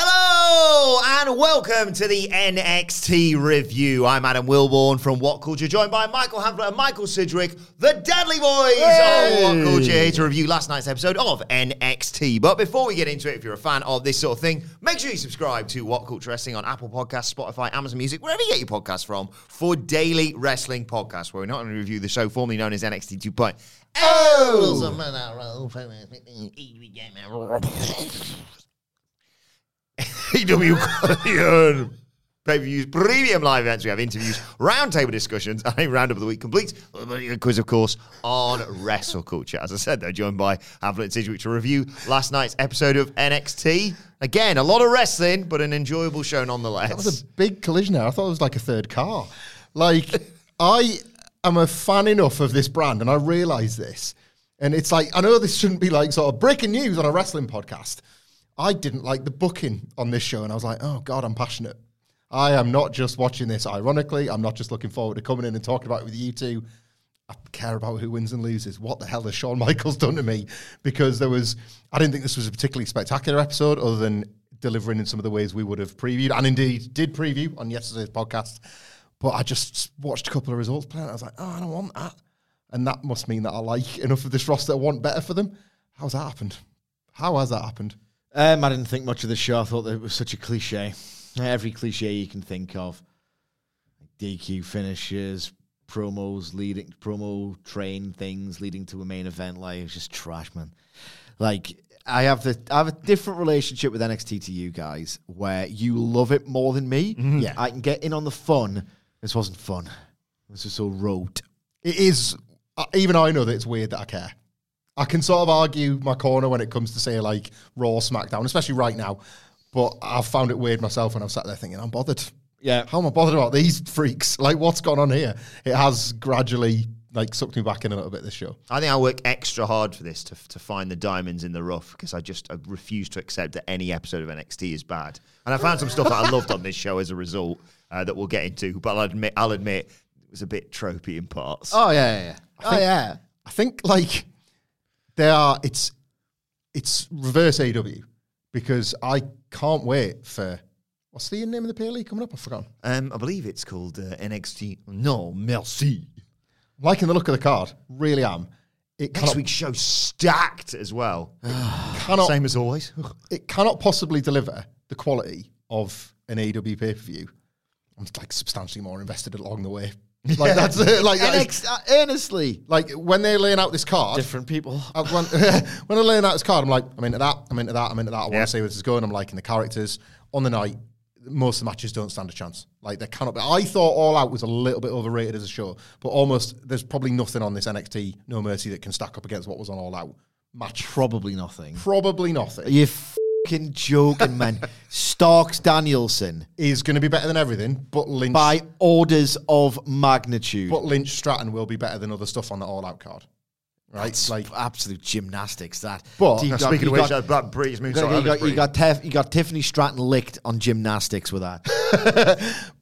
Hello and welcome to the NXT review. I'm Adam Wilborn from What Culture, joined by Michael Hamlet and Michael Sidgwick, the Deadly Boys on What Culture, here to review last night's episode of NXT. But before we get into it, if you're a fan of this sort of thing, make sure you subscribe to What Culture Wrestling on Apple Podcasts, Spotify, Amazon Music, wherever you get your podcasts from, for daily wrestling podcasts, where we're not only review the show formerly known as NXT 2.0. oh. EW Collision. Pay-per-views, premium live events. We have interviews, roundtable discussions, and a roundup of the week complete. A quiz, of course, on wrestle culture. As I said, they're joined by Hamlet Sidgwick to review last night's episode of NXT. Again, a lot of wrestling, but an enjoyable show nonetheless. That was a big collision there. I thought it was like a third car. Like, I am a fan enough of this brand, and I realise this. And it's like, I know this shouldn't be like sort of breaking news on a wrestling podcast. I didn't like the booking on this show, and I was like, oh God, I'm passionate. I am not just watching this ironically. I'm not just looking forward to coming in and talking about it with you two. I care about who wins and loses. What the hell has Shawn Michaels done to me? Because there was, I didn't think this was a particularly spectacular episode, other than delivering in some of the ways we would have previewed, and indeed did preview on yesterday's podcast. But I just watched a couple of results play, and I was like, oh, I don't want that. And that must mean that I like enough of this roster. I want better for them. How's that happened? How has that happened? Um, I didn't think much of the show. I thought that it was such a cliche. Every cliche you can think of. DQ finishes, promos leading promo train things leading to a main event. Like it's just trash, man. Like I have the I have a different relationship with NXT to you guys, where you love it more than me. Yeah, I can get in on the fun. This wasn't fun. It was just all rote. It is, uh, even I know that it's weird that I care. I can sort of argue my corner when it comes to, say, like Raw, SmackDown, especially right now. But I've found it weird myself when I've sat there thinking, I'm bothered. Yeah. How am I bothered about these freaks? Like, what's gone on here? It has gradually, like, sucked me back in a little bit this show. I think I work extra hard for this to, to find the diamonds in the rough because I just I refuse to accept that any episode of NXT is bad. And I found some stuff that I loved on this show as a result uh, that we'll get into. But I'll admit, I'll admit, it was a bit tropey in parts. Oh yeah, yeah, yeah. oh yeah. I think like there are it's it's reverse AW because I can't wait for what's the name of the PLE coming up? I've forgotten. Um, I believe it's called uh, NXT. No merci. I'm liking the look of the card, really am. It Next cannot, week's show stacked as well. cannot Same as always. it cannot possibly deliver the quality of an AW pay per view. I'm like substantially more invested along the way. Like that's it. Like that is, NXT, uh, earnestly, like when they're laying out this card, different people. I, when, when I learned that as card, I'm like, I'm into that, I'm into that, I'm into that. I want to see where this is going. I'm liking the characters. On the night, most of the matches don't stand a chance. Like they cannot. Be. I thought All Out was a little bit overrated as a show, but almost there's probably nothing on this NXT No Mercy that can stack up against what was on All Out match. Probably nothing. Probably nothing you fucking joking, man? Starks Danielson is going to be better than everything, but Lynch, by orders of magnitude. but Lynch Stratton will be better than other stuff on the All Out card. Right? It's like like absolute gymnastics that. But- You Now, got- Speaking you of which, got- that, that British you moves. got, you got- you got Tef- you got Tiffany Stratton licked on gymnastics with that.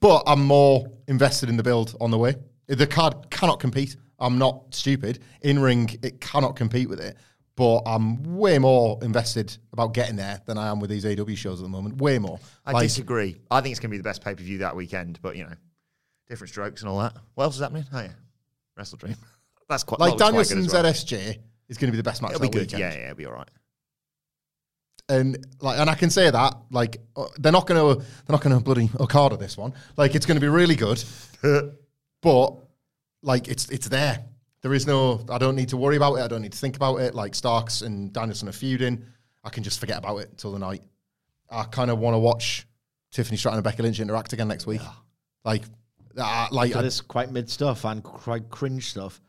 but I'm more invested in the build on the way. The card cannot compete. I'm not stupid. In ring, it cannot compete with it. But I'm way more invested about getting there than I am with these AW shows at the moment. Way more. I Like, disagree. I think it's going to be the best pay per view that weekend, but you know, different strokes and all that. What else is happening? Oh, yeah. Wrestle Dream. That's quite that Like looks quite good Danielson as well. ZSJ is going to be the best match It'll that be good. weekend. Yeah, yeah, it'll be all right. and like, and I can say that like uh, they're not going to they're not going to bloody Okada this one. Like it's going to be really good, but like it's it's there. There is no. I don't need to worry about it. I don't need to think about it. Like Starks and Danielson are feuding. I can just forget about it until the night. I kind of want to watch Tiffany Stratton and Becky Lynch interact again next week. Like, uh, like So I- this quite mid stuff and quite cringe stuff.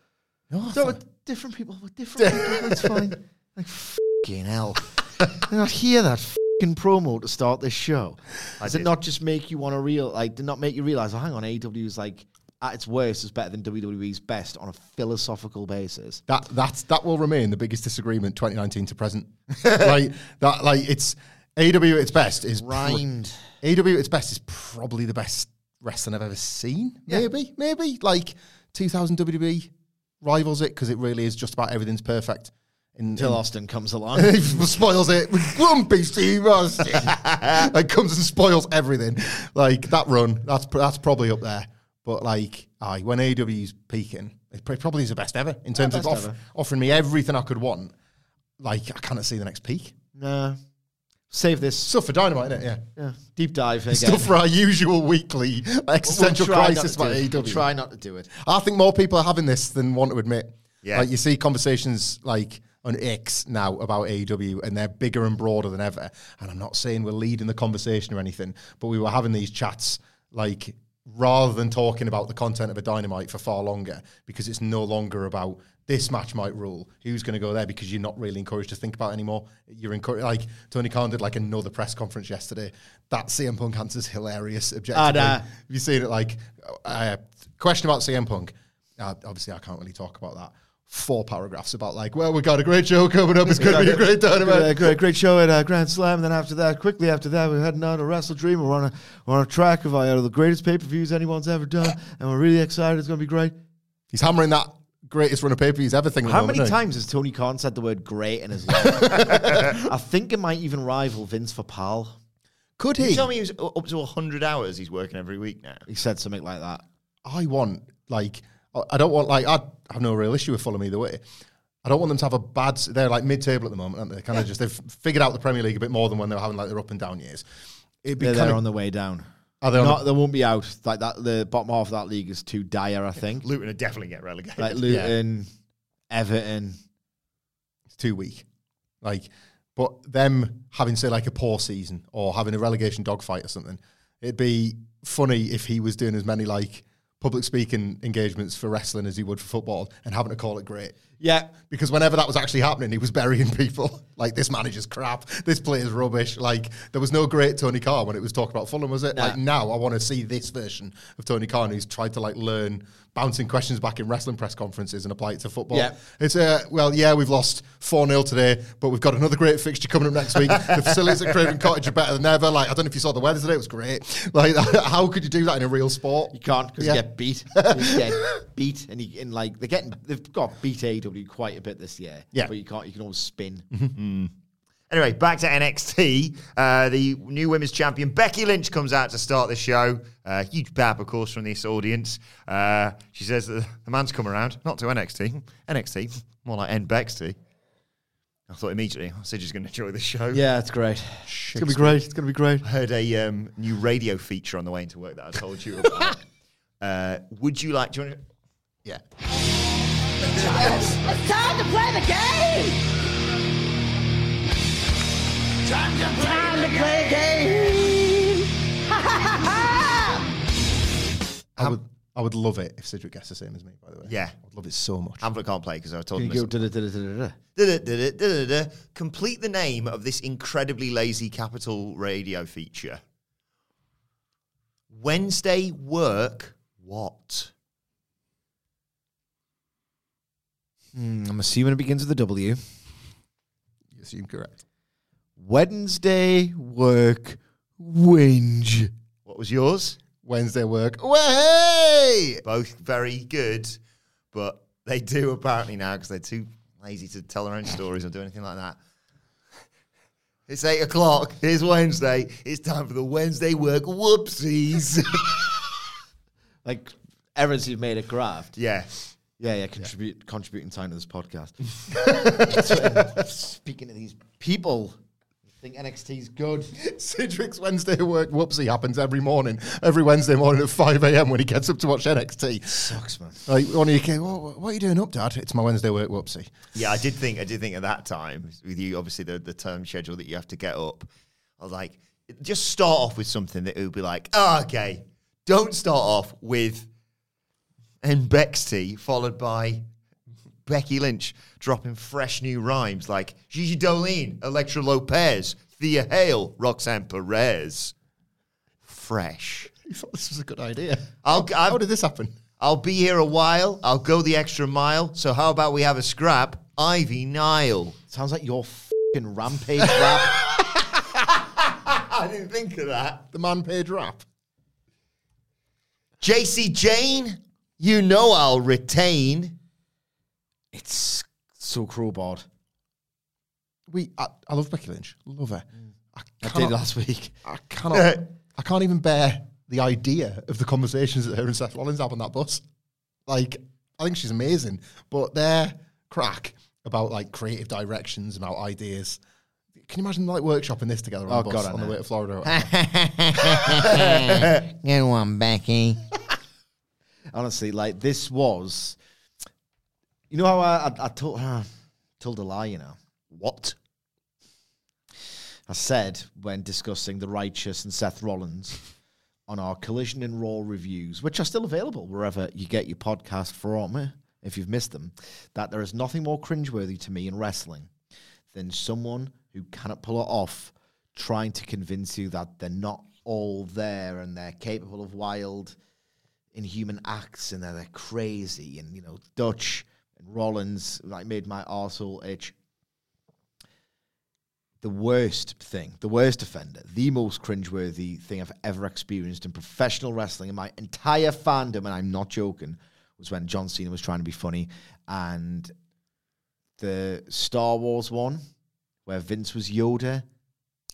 No, So I thought- with different people with different. people, it's fine. Like fucking hell. Did I hear that fucking promo to start this show. Does it did. not just make you want to real? Like, did not make you realize? Oh, hang on, AEW's like at its worst is better than WWE's best on a philosophical basis. That that's that will remain the biggest disagreement 2019 to present. like that, like it's AEW at its best is pro- Rhymed. AEW at its best is probably the best wrestling I've ever seen. Maybe, maybe like 2000 WWE E rivals it because it really is just about everything's perfect. In, Till in- Austin comes along. he spoils it with grumpy Steve Austin. like comes and spoils everything. Like that run, that's pr- that's probably up there. But like, aye, when AW's peaking, it pr- probably is the best ever in terms of best off- ever. offering me everything I could want. Like, I cannot see the next peak. nah. Save this Stuff for dynamite, innit? Yeah. yeah, deep dive again. Stuff for our usual weekly existential We'll try not to crisis E do about it. We'll AEW. Try not to do it. I think more people are having this than want to admit. Yeah. Like you see conversations like on X now about AEW and they're bigger and broader than ever. And I'm not saying we're leading the conversation or anything, but we were having these chats like rather than talking about the content of a dynamite for far longer because it's no longer about this match might rule who's going to go there because you're not really encouraged to think about it anymore you're encouraged like Tony Khan did like another press conference yesterday that CM Punk answers hilarious objectively uh, have you seen it? Like, uh, question about CM Punk. Uh, obviously, I can't really talk about that. Four paragraphs about like, well, we got a great show coming up. It's going to be a great Uh, tournament. great, great show at uh, Grand Slam. Then after that, quickly after that, we're heading on to Wrestle Dream. We're on a we're on a track of uh, the greatest pay per views anyone's ever done, and we're really excited. It's going to be great. He's hammering that greatest run of paper he's ever thinking. How many times has Tony Khan said the word "great" in his life? I think it might even rival Vince Papal. Could You he? tell me he was u- up to 100 hours he's working every week now. He said something like that. I want like I- I don't want like I have no real issue with Fulham either way. I don't want them to have a bad. s- They're like mid-table at the moment, aren't they? Kind of just they've figured out the Premier League a bit more than when they were having like their up and down years. It'd be They're kind there of on the way down. Are they on Not, the- they won't be out. Like that, the bottom half of that league is too dire. I think. Luton would definitely get relegated. Like Luton, Everton. too weak. Like, but them having say like a poor season or having a relegation dogfight or something, it'd be funny if he was doing as many like public speaking engagements for wrestling as he would for football and having to call it great. Yeah, Because whenever that was actually happening, he was burying people. Like this manager's crap, this player's rubbish. Like there was no great Tony Khan when it was talking about Fulham, was it? Like now, I want to see this version of Tony Khan who's tried to like learn bouncing questions back in wrestling press conferences and apply it to football. Yeah. It's uh, well, yeah, we've lost 4 0 today, but we've got another great fixture coming up next week. the facilities at Craven Cottage are better than ever. Like, I don't know if you saw the weather today, it was great. Like, how could you do that in a real sport? You can't because Yeah. you get beat. you get beat, and you and like they're getting they've got beat AEW quite a bit this year. Yeah. Mm-hmm. but you can't. You can always spin. Anyway, back to NXT. Uh, the new women's champion Becky Lynch comes out to start the show. Uh, huge bap, of course, from this audience. Uh, she says that the man's come around, not to NXT, NXT, more like NBXT. I thought immediately, I said she's going to enjoy the show. yeah, it's great. It's gonna be great. It's gonna be great. I heard a um, new radio feature on the way into work that I told you about. uh, would you like? Do you want to? Yeah. It's time to play the game! Time to play, the, game! Ha ha ha ha! I would, I would love it if Sidgwick gets the same as me, by the way. Yeah. I'd love it so much. Hamlet can't play because I told You him. go this- da da da da da. Da-da-da-da-da-da-da. Complete the name of this incredibly lazy capital radio feature. Wednesday work what? I'm assuming it begins with a W. You assume correct. Wednesday work whinge. What was yours? Wednesday work. Way! Both very good, but they do apparently now because they're too lazy to tell their own stories or do anything like that. It's eight o'clock. It's Wednesday. It's time for the Wednesday work. Whoopsies. Like errors you've made at graft. yeah. Yeah, yeah. Contribute contributing time to this podcast. Speaking to these people, think NXT's good. Cedric's Wednesday work whoopsie happens every morning, every Wednesday morning at 5 a.m. when he gets up to watch NXT. Sucks, man. Like, one of you came, what, what are you doing up, Dad? It's my Wednesday work whoopsie. Yeah, I did think I did think at that time with you obviously the the term schedule that you have to get up. I was like, just start off with something that it would be like, oh, okay, don't start off with and Bexty followed by Becky Lynch dropping fresh new rhymes like Gigi Dolin, Electra Lopez, Thea Hale, Roxanne Perez. Fresh. You thought this was a good idea. I'll- how, I'll- how did this happen? I'll be here a while. I'll go the extra mile. So how about we have a scrap? Ivy Nile. Sounds like your fing rampage rap. I didn't think of that. The man paid rap. JC Jane, you know I'll retain. It's so crowbarred. We, I, I love Becky Lynch. Love her. I cannot- did last week. I cannot. I can't even bear the idea of the conversations that her and Seth Rollins have on that bus. Like, I think she's amazing, but their crack about like creative directions, about ideas. Can you imagine like workshopping this together on Oh, the bus God, I on the know. way to Florida? or whatever? Good one, Becky. Honestly, like this was. You know how I, I, I told uh, told a lie. You know what? I said when discussing the righteous and Seth Rollins on our Collision and Raw reviews, which are still available wherever you get your podcast from, eh, if you've missed them, that there is nothing more cringeworthy to me in wrestling than someone who cannot pull it off trying to convince you that they're not all there and they're capable of wild inhuman acts and that they're crazy and you know Dutch and Rollins like made my arsehole itch. The worst thing, the worst offender, the most cringeworthy thing I've ever experienced in professional wrestling in my entire fandom, and I'm not joking, was when John Cena was trying to be funny and the Star Wars one where Vince was Yoda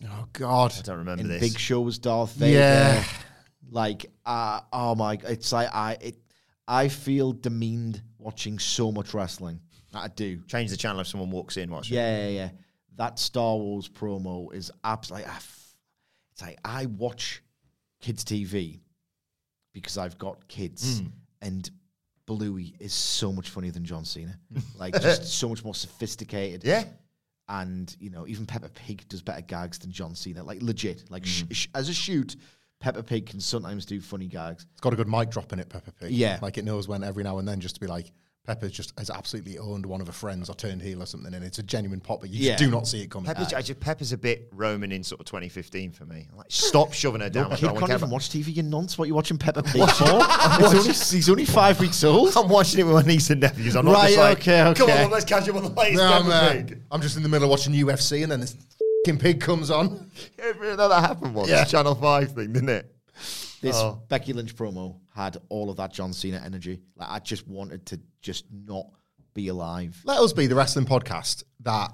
oh God! I don't remember and this. Big Show was Darth Vader. Yeah. Like, uh, oh my, it's like I, it, I feel demeaned watching so much wrestling. I do. Change the channel if someone walks in. Watch Yeah, yeah, yeah. That Star Wars promo is absolutely. I f- it's like I watch kids TV because I've got kids, and Bluey is so much funnier than John Cena. like, just so much more sophisticated Yeah. and you know even Peppa Pig does better gags than John Cena. Like legit, like sh- sh- as a shoot, Peppa Pig can sometimes do funny gags. It's got a good mic drop in it, Pepper Pig. Yeah. like it knows when every now and then just to be like. Pepper's just has absolutely owned one of her friends or turned heel or something, and it's a genuine popper. You Yeah. just do not see it coming. Pepper's, I just, Pepper's a bit Roman in sort of 2015 for me. I'm like, stop shoving her down. Your I kid don't can't care even about- watch TV. You nonce. What you watching Peppa Pig for? It's only- he's only five weeks old. I'm watching it with my niece and nephews. I'm not Right, just like, okay, come okay. on, let's catch up on the latest No, I'm, Peppa uh, Pig. I'm just in the middle of watching UFC, and then this fing pig comes on. Yeah, you know that happened once. Yeah. Channel 5 thing, didn't it? This Oh. Becky Lynch promo had all of that John Cena energy. Like I just wanted to just not be alive. Let us be the wrestling podcast that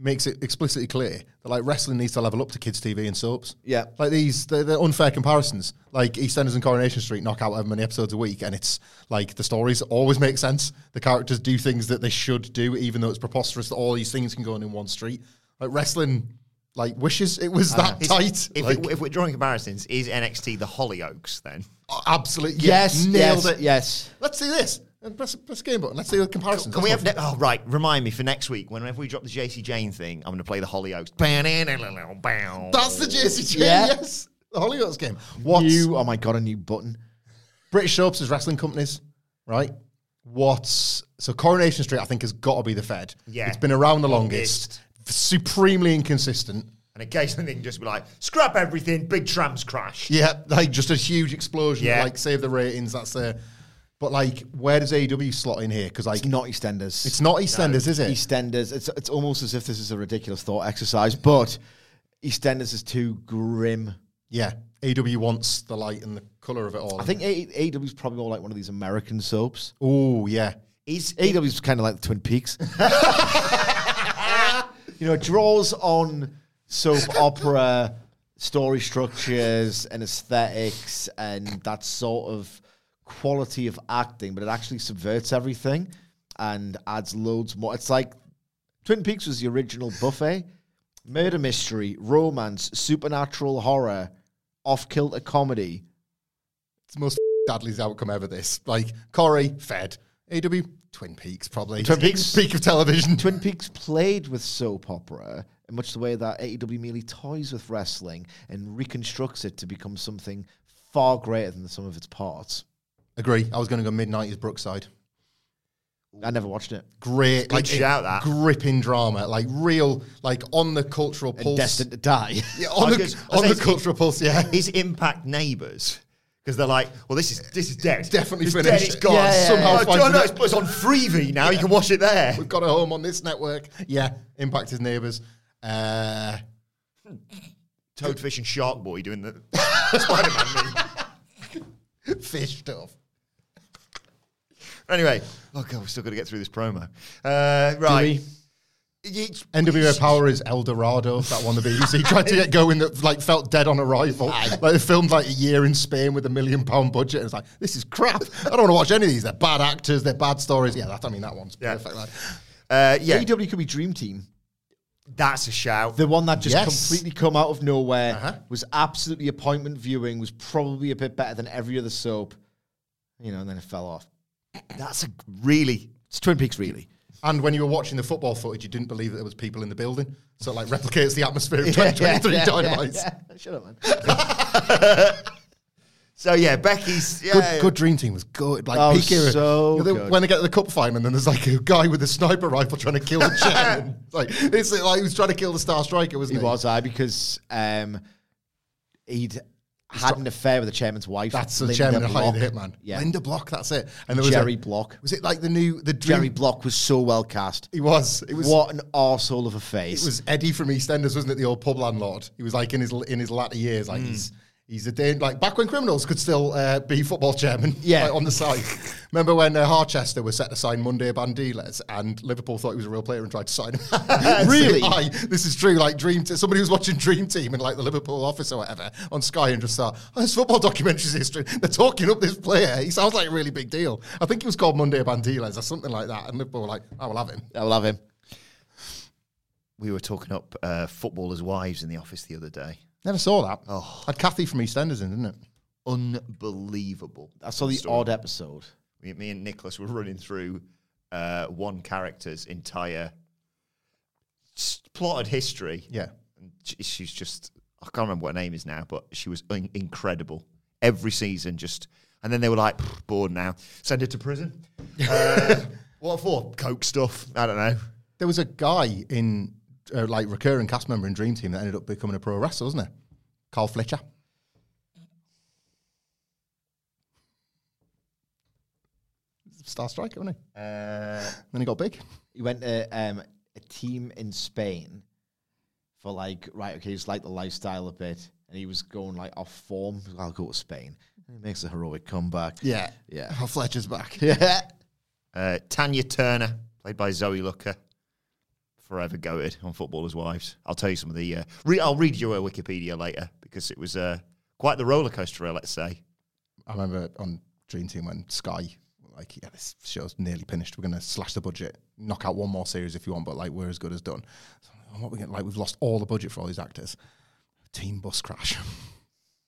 makes it explicitly clear that like wrestling needs to level up to kids' TV and soaps. Yeah. like these they're, they're unfair comparisons. Like EastEnders and Coronation Street knock out however many episodes a week, and it's like the stories always make sense. The characters do things that they should do, even though it's preposterous that all these things can go on in one street. Like wrestling, like wishes it was that Is- tight. If, like, it- if we're drawing comparisons, is NXT the Hollyoaks then? absolutely, Yes, yes, nailed it. yes. Let's see this. And press, press the game button. Let's see the comparison. Can we have? Ne- oh, right. Remind me for next week. Whenever we drop the JC Jane thing, I'm going to play the Hollyoaks. Bow. That's the JCG, Yeah. yes. The Hollyoaks game. What You? Oh my god, a new button. British soaps as wrestling companies, right? What's so Coronation Street, I think, has got to be the Fed. Yeah. It's been around the longest, supremely inconsistent. And occasionally they can just be like, scrap everything, big trams crash. Yeah, like just a huge explosion. Yeah. Like save the ratings, that's there. But like, where does AEW slot in here? Because like It's not EastEnders. it's not EastEnders, is it? EastEnders. It's it's almost as if this is a ridiculous thought exercise, but EastEnders is too grim. yeah. AEW wants the light and the colour of it all. I think AEW is probably more like one of these American soaps. Oh yeah. Is it, AEW is kind of like the Twin Peaks. you know, it draws on soap opera story structures and aesthetics and that sort of quality of acting, but it actually subverts everything and adds loads more. It's like Twin Peaks was the original buffet, murder mystery, romance, supernatural horror, off kilter comedy. It's the most Dudley's outcome ever. This like Corey fed AW Twin Peaks probably Twin Peaks. peak of television. Twin Peaks played with soap opera in much the way that AEW merely toys with wrestling and reconstructs it to become something far greater than the sum of its parts. Agree. I was going to go mid nineties Brookside. I never watched it. Great, like shout, that. gripping drama, like real, like on the cultural And pulse. Destined to Die. Yeah, I on was gonna- I the, was on the saying- cultural pulse. Yeah, His impact neighbours. Because they're like, well, this is this is dead. definitely it's Dead, finished. it's gone. Yeah, yeah, Somehow, yeah. oh, do you know, it's, it's on Freevee now. You can watch it there. we've got a home on this network. Yeah, impact his neighbours. Uh, Toadfish and Shark Boy doing the Spider-Man meme. fish stuff. Anyway, oh god, we're still got to get through this promo. Uh, right. It's- NWA Power is El Dorado. That one the BBC tried to get going that like felt dead on arrival. Like they filmed like a year in Spain with a million pound budget. And it's like this is crap. I don't want to watch any of these. They're bad actors. They're bad stories. Yeah, that I mean that one's Yeah. perfect. Like, Uh, yeah, AEW E could be Dream Team. that's a shout. The one that just Yes. completely come out of nowhere was absolutely appointment viewing, was probably a bit better than every other soap, you know, and then it fell off. that's a really It's Twin Peaks, really. and when you were watching the football footage, you didn't believe that there was people in the building. So it like replicates the atmosphere of 2023 yeah, Dynamite. yeah, yeah. Shut up, man. so. Yeah, Becky's. Yeah, Good, yeah. good dream team was good. Like Oh, peak era. so You know, good. When they get to the cup final, and then there's like a guy with a sniper rifle trying to kill the chairman. like it's like he was trying to kill the star striker, wasn't He he? was I because um, he'd had an affair with the chairman's wife. That's the Linda chairman of High Block. the Hitman. Yeah, Linda Block, that's it. And there was Jerry a- Block. Was it like the new the dream? Jerry Block was so well cast. He was. It was. what an arsehole of a It face. was Eddie from EastEnders, wasn't it? The old pub landlord. He was like in his in his latter years, Hmm. like he's he's a dan- like back when criminals could still uh, be football chairman. Yeah. like, on the side. Remember when uh, Harchester was set to sign Monday Bandiles and Liverpool thought he was a real player and tried to sign him. Really? So, aye, this is true. Like Dream. Te- somebody was watching Dream Team in like the Liverpool office or whatever on Sky and just thought, oh, this football documentary's history. They're talking up this player. He sounds like a really big deal. I think he was called Monday Bandiles or something like that. And Liverpool were like, I will have him. I love him. We were talking up uh, footballers' wives in the office the other day. Never saw that. Oh. Had Kathy from EastEnders in, didn't it? Unbelievable. I saw the Story. odd episode. Me, me and Nicholas were running through uh, one character's entire s- plotted history. Yeah. And sh- she's just I can't remember what her name is now, but she was in- incredible every season. Just and then they were like "Pfft, bored now, send her to prison. uh, what for? Coke stuff. I don't know. There was a guy in, uh, like, recurring cast member in Dream Team that ended up becoming a pro wrestler, wasn't there? Carl Fletcher. Star Striker, wasn't he? Uh, Then he got big. He went to um, a team in Spain for like right. Okay, just like the lifestyle a bit, and he was going like off form. I'll go to Spain. And he makes a heroic comeback. yeah. Carl Fletcher's back. Yeah. uh, Tanya Turner, played by Zoe Looker, forever goated on Footballers' Wives. I'll tell you some of the. Uh, re- I'll read you her Wikipedia later because it was uh, quite the roller coaster, let's say. I remember on Dream Team when Sky were like, yeah, this show's nearly finished. We're gonna slash the budget, knock out one more series if you want, but like we're as good as done. So, I'm like, oh, what we get like we've lost all the budget for all these actors. Team bus crash.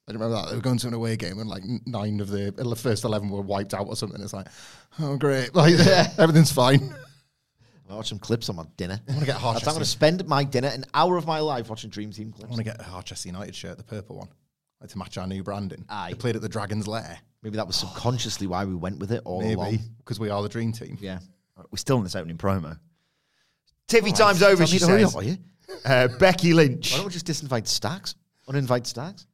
I don't remember that. They were going to an away game and like n- nine of the el- first eleven were wiped out or something. It's like, oh great, like everything's fine. I watch some clips on my dinner. I want get a hard I'm going to chest spend my dinner, an hour of my life, watching Dream Team I clips. want to get a Harchester United shirt, the purple one, like to match our new branding. Aye. They played at the Dragon's Lair, Maybe that was subconsciously why we went with it all maybe along. because we are the Dream Team. Yeah. We're still in this opening promo. TV Oh, time's over, Tell she me to hurry says. up, are you? Uh, Becky Lynch. Why don't we just disinvite Stacks? Uninvite Stacks?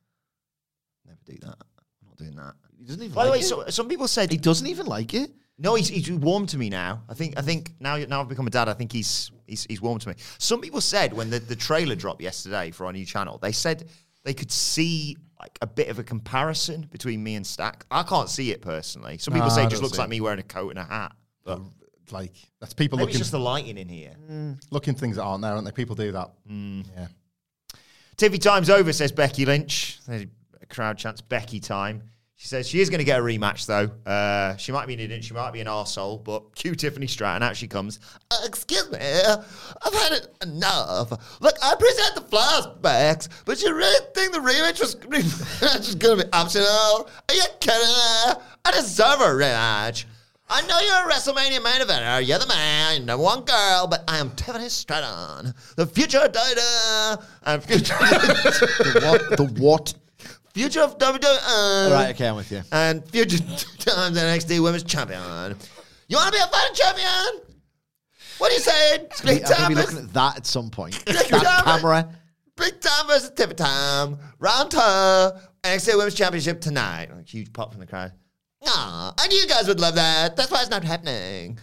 Never do that. I'm not doing that. He doesn't even By the like way, it. so, some people said he doesn't even like it. No, he's, he's warm to me now. I think I think now now I've become a dad. I think he's he's, he's warm to me. Some people said when the, the trailer dropped yesterday for our new channel, they said they could see like a bit of a comparison between me and Stack. I can't see it personally. Some people Nah, say I it just don't looks see like me wearing a coat and a hat. But Like that's people maybe it's looking just the lighting in here. looking things that aren't there, aren't they? People do that. Mm. Yeah. TV time's over, says Becky Lynch. There's a crowd chants Becky time. She She says she is going to get a rematch, though. Uh, she might be an idiot, she might be an arsehole, but cue Tiffany Stratton, out she comes. Uh, excuse me, I've had it enough. Look, I appreciate the flashbacks, but you really think the rematch was just going to be optional? Are you kidding me? I deserve a rematch. I know you're a WrestleMania main eventer. You're the man, you're number one girl, but I am Tiffany Stratton, the future data. I'm future, what? The what? future of WWE. All right, okay, I'm with you. And future times NXT Women's Champion. You want to be a fighting champion? What are you saying? Big I'm gonna time, be versus, looking at that at some point. Big that time. camera. big time versus Tippy Time. Round two, NXT Women's Championship tonight. Like, huge pop from the crowd. Aw, I knew you guys would love that. That's why it's not happening.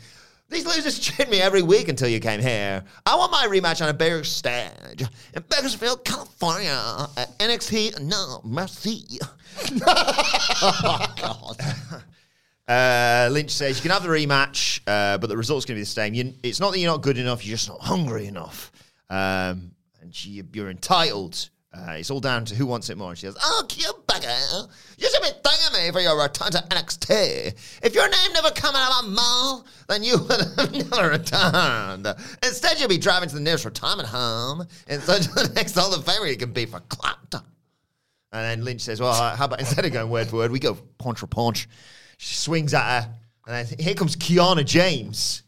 These losers cheered me every week until you came here. I want my rematch on a bigger stage in Bakersfield, California, at NXT No Mercy. Oh, Uh, Lynch says you can have the rematch, uh, but the result's going to be the same. You, it's not that you're not good enough; you're just not hungry enough, um, and she, you're entitled. Uh, it's all down to who wants it more. And she says, "Oh, you bugger! You should be thanking me for your return to NXT. If your name never come out of my mouth, then you would have never returned. Instead, you'll be driving to the nearest retirement home and search for the next Hall of Famer you can be for clout." And then Lynch says, "Well, how about instead of going word for word, we go punch for punch." She swings at her, and then here comes Kiana James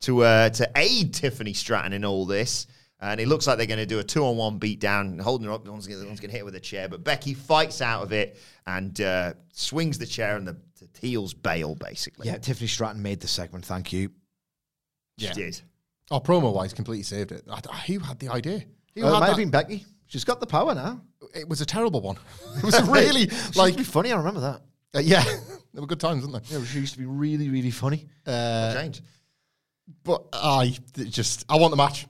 to uh, to aid Tiffany Stratton in all this. And it looks like they're going to do a two-on-one beatdown, holding her up. One's going to hit her with a chair, but Becky fights out of it and uh, swings the chair, and the, the heels bail basically. Yeah, Tiffany Stratton made the segment. Thank you. she did. Oh, promo wise, completely saved it. I, I- who had the idea? Who Oh, it had might that? have been Becky. She's got the power now. it was a terrible one. It was a really Like, used to like be funny. I remember that. uh, yeah, there were good times, weren't there? Yeah, she used to be really, really funny. Change. But I th- just I want the match.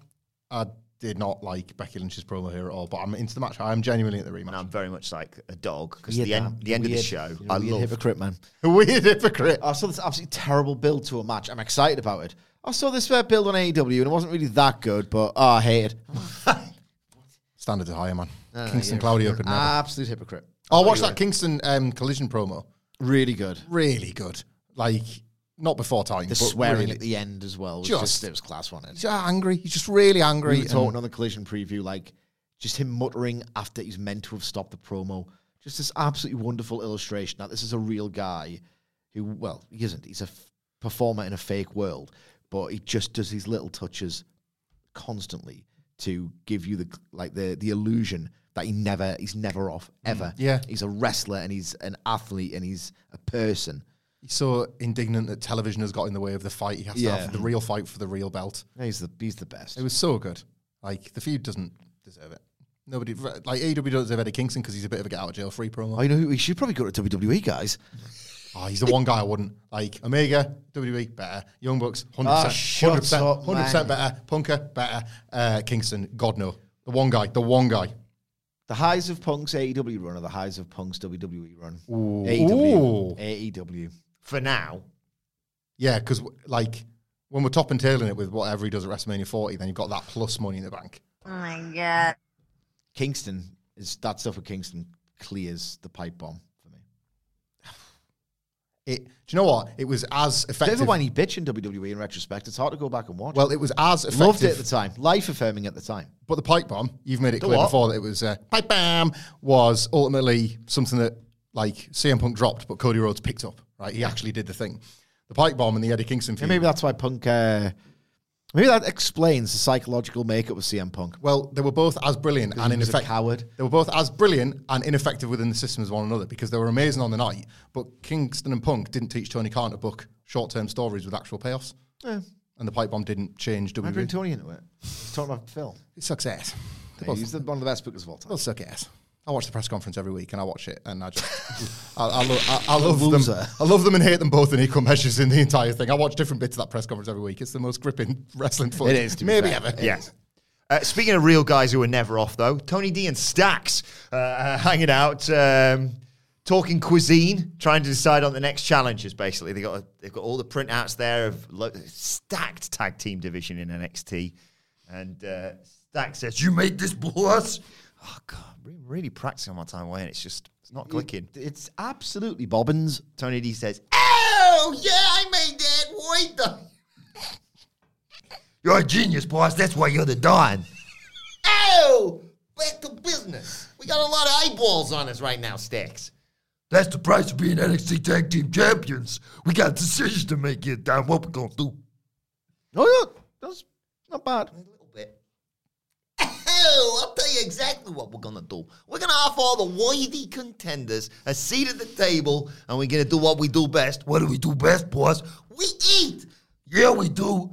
I did not like Becky Lynch's promo here at all, but I'm into the match. I am genuinely at the rematch. And I'm very much like a dog because Yeah, the end, that the end of the weird- show, you're a I weird love. hypocrite, man. Weird hypocrite. I saw this absolutely terrible build to a match. I'm excited about it. I saw this uh, build on AEW and it wasn't really that good, but oh, I hate it. Standards are higher, man. Uh, Kingston Claudio could never. Absolute hypocrite. oh, watch that Kingston um, collision promo. Really good. Really good. Like not before time. The but swearing really- at the end as well. Was Just- just, it was class one. He's just angry. He's just really angry. We were and- talking on the collision preview, like just him muttering after he's meant to have stopped the promo. Just this absolutely wonderful illustration that this is a real guy who, well, he isn't. He's a f- performer in a fake world, but he just does these little touches constantly to give you the like the the illusion that he never he's never off ever. yeah. he's a wrestler and he's an athlete and he's a person. He's so indignant that television has got in the way of the fight. He has Yeah. to have the real fight for the real belt. Yeah, He's the he's the best. It was so good. Like the feud doesn't deserve it. Nobody like AEW doesn't deserve Eddie Kingston because he's a bit of a get out of jail free promo. oh, you know who we should probably go to WWE guys. Oh, he's the one guy I wouldn't like. Omega, WWE, better. Young Bucks, hundred Ah, shut percent, up, hundred percent man. better. Punker, better. Uh, Kingston, God no, the one guy, the one guy. The highs of Punk's AEW run or the highs of Punk's WWE run? E Ooh. Ooh. AEW. AEW. For now, Yeah, because like when we're top and tailing it with whatever he does at WrestleMania 40, then you've got that plus money in the bank. Oh my god. Kingston is that stuff with Kingston clears the pipe bomb for me. It. Do you know what? It was as Bit of a effective. whiny bitch in WWE in retrospect. It's hard to go back and watch. Well, it was as effective. loved it at the time. Life affirming at the time. But the pipe bomb, you've made it clear what? before that it was uh, pipe bomb was ultimately something that like CM Punk dropped, but Cody Rhodes picked up. Right, he actually did the thing. The pipe bomb and the Eddie Kingston feud. And maybe that's why Punk. Uh, maybe that explains the psychological makeup of CM Punk. well, they were both as brilliant and he was a ineffective. coward. They were both as brilliant and ineffective within the system as one another because they were amazing on the night. But Kingston and Punk didn't teach Tony Khan to book short-term stories with actual payoffs, Yeah. and the pipe bomb didn't change E. I bring WWE. Tony into it. He's talking about Phil. It sucks ass. They Yeah, both- he's the, one of the best bookers of all time. They'll suck ass. I watch the press conference every week, and I watch it, and I just, I, I, lo- I, I love them. Loser. I love them and hate them both in equal measures in the entire thing. I watch different bits of that press conference every week. It's the most gripping wrestling footage. is, to be maybe fair. ever. It Yeah. is. Uh, speaking of real guys who were never off, though, Tony D and Stacks uh, uh, hanging out, um, talking cuisine, trying to decide on the next challenges. Basically, they got they've got all the printouts there of lo- stacked tag team division in NXT, and uh, Stacks says, "You made this boss." Oh God, re- really practicing on my time away, and it's just it's not clicking. It's absolutely bobbins. Tony D says, "Oh yeah, I made that. Wait, the you're a genius, boss. That's why you're the Don." oh, back to business. We got a lot of eyeballs on us right now, Stacks. That's the price of being NXT Tag Team Champions. We got decisions to make here, Don. What we gonna do? Oh, yeah, that's not bad. A little bit. Oh, I'll tell you exactly what we're gonna do. We're gonna offer all the worthy contenders a seat at the table, and we're gonna do what we do best. What do we do best, boss? We eat. Yeah, we do.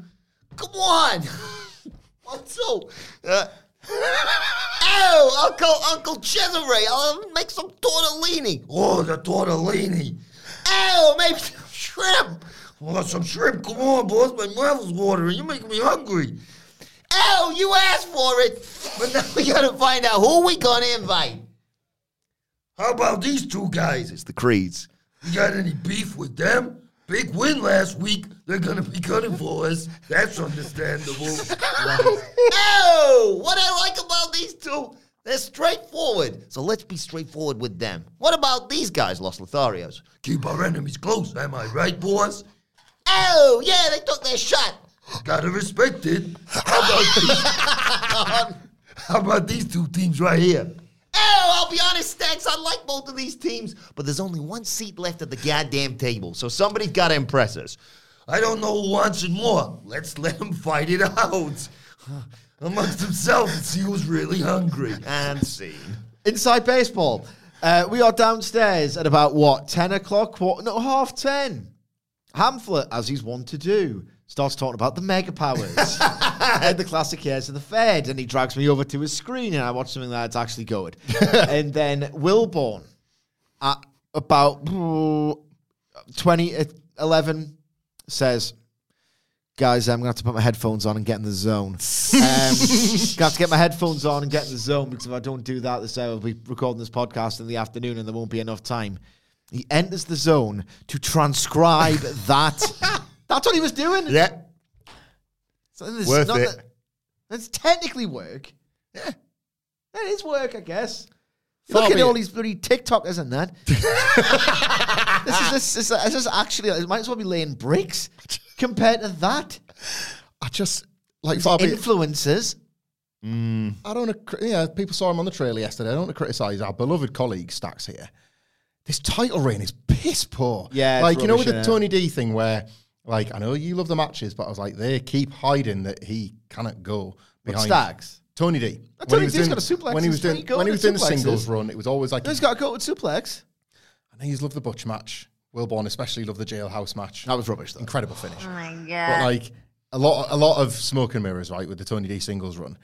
Come on. What's so? Uh, oh, Uncle Uncle Cesare, I'll make some tortellini. Oh, the tortellini. Oh, maybe some shrimp. Want some shrimp? Come on, boss. My mouth is watering. You're making me hungry. Oh, you asked for it. But now we gotta find out who we gonna invite. How about these two guys? It's the Creeds. You got any beef with them? Big win last week. They're gonna be cutting for us. That's understandable. oh, what I like about these two, they're straightforward. So let's be straightforward with them. What about these guys, Los Lotharios? Keep our enemies close. Am I right, boss? Oh, yeah, they took their shot. Gotta respect it. How about these, how about these two teams right here? Oh, I'll be honest, Stacks, I like both of these teams, but there's only one seat left at the goddamn table, so somebody's gotta impress us. I don't know who wants it more. Let's let them fight it out amongst themselves and see who's really hungry. Uh, And scene. Inside baseball. Uh, we are downstairs at about what, 10 o'clock? Quarter, no, half 10. Hamlet, as he's wont to do, starts talking about the mega powers and the classic years of the Fed. And he drags me over to his screen and I watch something that's actually good. and then Wilborn at about mm, 20, uh, 11 says, Guys, I'm gonna have to put my headphones on and get in the zone. Um, gonna have to get my headphones on and get in the zone because if I don't do that, this hour I'll be recording this podcast in the afternoon and there won't be enough time. He enters the zone to transcribe that. That's what he was doing. Yeah. So this Worth it. that- that's technically work. Yeah, that is work, I guess. Thought Look at we- all these bloody TikTokers and that. this is this, is this is actually it might as well be laying bricks compared to that. I just like far be. Influencers. I don't. wanna cri- Yeah, people saw him on the trailer yesterday. I don't want to criticise our beloved colleague Stacks here. This title reign is piss poor. Yeah, it's like you know with rubbish, the innit? Tony D thing where, like, I know you love the matches, but I was like, they keep hiding that he cannot go behind Stags? Tony D. Uh, When Tony he was D's doing- got a suplex, when he he's was doing pretty good when he at was doing the suplexes. singles run. It was always like He's got a go to suplex. I know he's loved the Butch match. Wilborn especially loved the jailhouse match. That was rubbish though. Incredible finish. Oh my god! But like a lot, a lot of smoke and mirrors, right? With the Tony D singles run,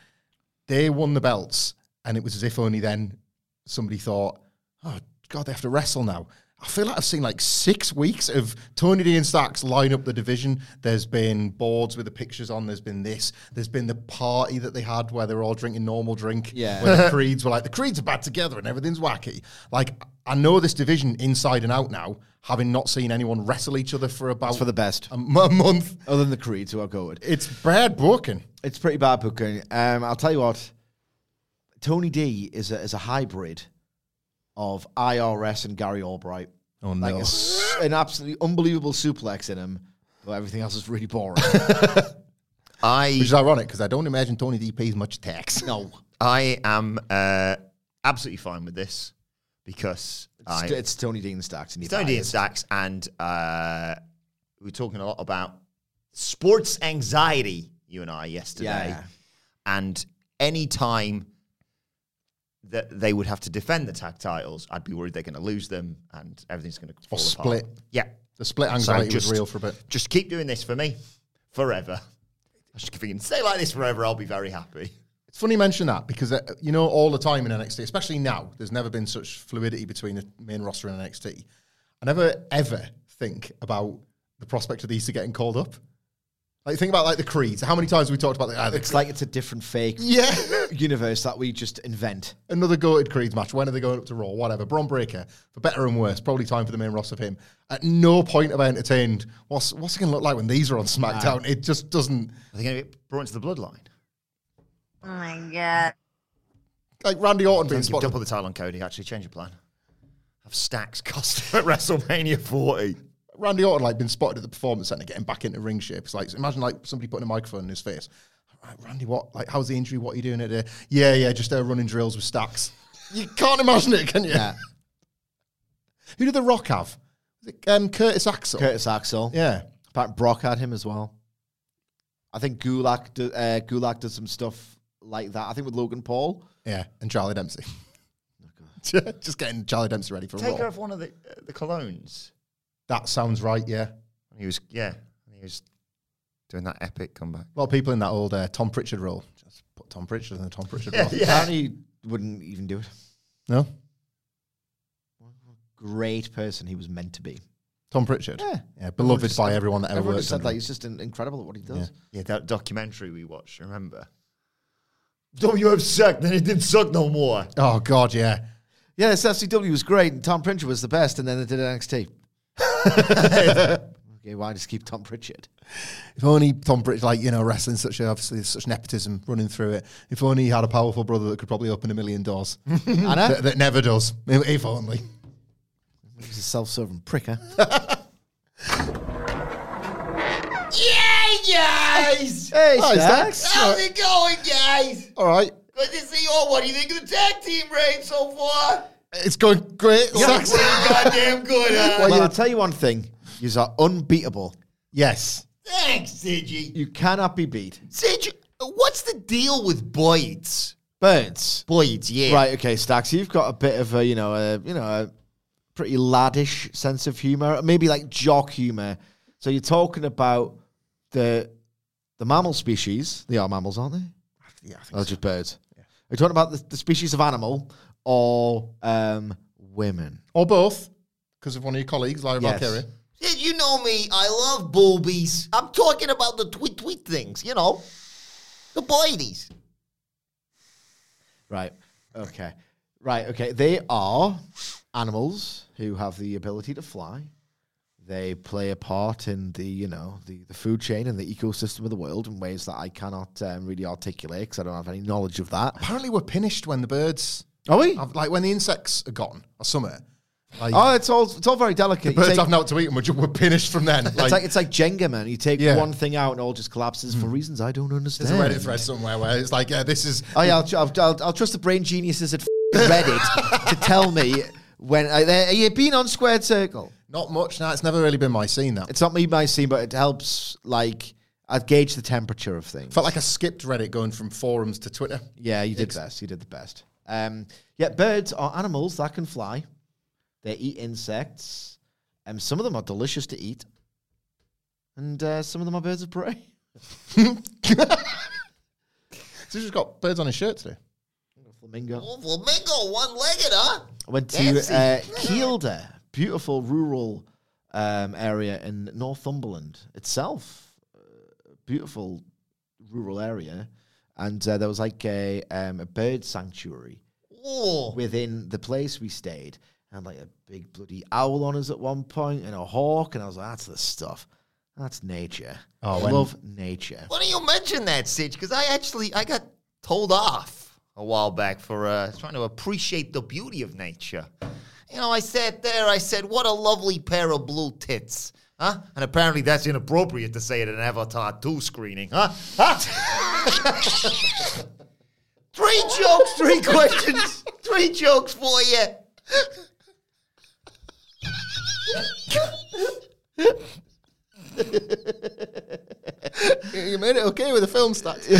they won the belts, and it was as if only then somebody thought, "Oh God, they have to wrestle now." I feel like I've seen like six weeks of Tony D and Stacks line up the division. There's been boards with the pictures on. There's been this. There's been the party that they had where they were all drinking normal drink. Yeah. Where the creeds were like, the creeds are bad together and everything's wacky. Like, I know this division inside and out now, having not seen anyone wrestle each other for about It's for the best. a, m- a month. Other than the Creeds who are good. It's bad booking. It's pretty bad booking. Um, I'll tell you what. Tony D is a, is a hybrid of IRS and Gary Albright. Oh, Like no. a s an absolutely unbelievable suplex in him, but everything else is really boring. Which I is ironic because I don't imagine Tony D pays much tax. No. I am uh, absolutely fine with this because I, it's, it's Tony D and Stacks. And It's Tony D and Stacks, and uh, we were talking a lot about sports anxiety, you and I, yesterday. Yeah. And any time that they would have to defend the tag titles, I'd be worried they're going to lose them and everything's going to fall apart. split. Yeah. The split So anxiety was real for a bit. Just keep doing this for me forever. I should if you can stay like this forever, I'll be very happy. It's funny you mention that because, uh, you know, all the time in NXT, especially now, there's never been such fluidity between the main roster and NXT. I never, ever think about the prospect of these two getting called up. Like, think about, like, the Creeds. How many times have we talked about the, ah, the It's like it's a different fake Yeah. universe that we just invent. Another goated Creeds match. When are they going up to Raw? Whatever. Bron Breaker, for better and worse, probably time for the main roster of him. At no point have I entertained what's what's it going to look like when these are on SmackDown. It just doesn't. Are they going to get brought into the bloodline? Oh my god. like Randy Orton being You spotted. double the title on Cody. Actually, change your plan. Have Stacks cost him at WrestleMania 40. Randy Orton like been spotted at the performance center getting back into ring shape. It's like so imagine like somebody putting a microphone in his face. Right, Randy, what? Like, how's the injury? What are you doing at uh, Yeah, yeah, just uh, running drills with stacks. You can't imagine it, can you? Who did The Rock have? Was it, Um, Curtis Axel. Curtis Axel. Yeah. Apparently Brock had him as well. I think Gulak do, uh, Gulak does some stuff like that. I think with Logan Paul. Yeah, and Charlie Dempsey. just getting Charlie Dempsey ready for Take a her role. of one of the uh, the colognes. That sounds right, yeah. And he was, yeah, and he was doing that epic comeback. A lot of people in that old uh, Tom Pritchard role. Just put Tom Pritchard in the Tom Pritchard role. Apparently he wouldn't even do it. No? Great person he was meant to be. Tom Pritchard. Yeah. beloved Just- by everyone that ever everyone works. just said like he's just in- incredible at what he does. Yeah, that documentary we watched, remember? WF sucked, then it didn't suck no more. oh, God, yeah. Yeah, this FCW was great, and Tom Pritchard was the best, and then they did NXT. okay, why just keep Tom Pritchard? If only Tom Pritchard, like, you know, wrestling, such a, obviously, there's such nepotism running through it. If only he had a powerful brother that could probably open a million doors. Anna, that, that never does. If if only. he's a self-serving pricker. Hey, guys! hey, Hi, Stacks. Stacks. How's it going, guys? All right. Good to see you all. What do you think of the tag team reign so far? It's going great. Stacks. Pretty goddamn good, huh? Well, I'll tell you one thing: you are unbeatable. Yes. Thanks, Sidgy. You cannot be beat. Sid, what's the deal with Boyd's? Birds. Boyd's, yeah. Right. Okay, Stacks. You've got a bit of a, you know, a, you know, a pretty laddish sense of humor, maybe like jock humor. So you're talking about the the mammal species. They are mammals, aren't they? Yeah, I think just birds. Are you talking about the, the species of animal or um, women? Or both, because of one of your colleagues, Larry Yes. Valkyrie. Sid, you know me. I love boobies. I'm talking about the tweet tweet things, you know. The Boydies. Right. Okay. Right. Okay. They are animals who have the ability to fly. They play a part in the, you know, the, the food chain and the ecosystem of the world in ways that I cannot um, really articulate because I don't have any knowledge of that. Apparently, we're pinished when the birds, Are we? have- like, when the insects are gone or summer. Like, Oh, it's all it's all very delicate. You birds take- have not to eat and we're, ju- we're pinished from then. Like, it's like it's like Jenga, man. You take Yeah. one thing out and all just collapses for reasons I don't understand. there's a Reddit thread somewhere where it's like, yeah, this is Oh yeah, I'll, tr- I'll, I'll, I'll trust the brain geniuses at f***ing Reddit to tell me when I, are you being on squared circle. not much. Now it's never really been my scene. That It's not me my scene, but it helps like I gauge the temperature of things. felt like I skipped Reddit going from forums to Twitter. yeah, you did the best. You did the best. Um, yeah, birds are animals that can fly. They eat insects. Um, some of them are delicious to eat, and uh, some of them are birds of prey. So he's just got birds on his shirt today. Flamingo. Oh, flamingo, one legged, huh? I went to uh, Kielder, beautiful rural um, area in Northumberland itself. Uh, beautiful rural area, and uh, there was like a, um, a bird sanctuary. Oh, within the place we stayed. And like a big bloody owl on us at one point and a hawk. And I was like, that's the stuff. That's nature. I love nature. Why do you mention that, Sid? Because I actually I got told off a while back for uh, trying to appreciate the beauty of nature. You know, I sat there. I said, "What a lovely pair of blue tits." Huh? And apparently that's inappropriate to say at an Avatar 2 screening, huh? Huh? three jokes, three questions, three jokes for you. You made it okay with the film stats. You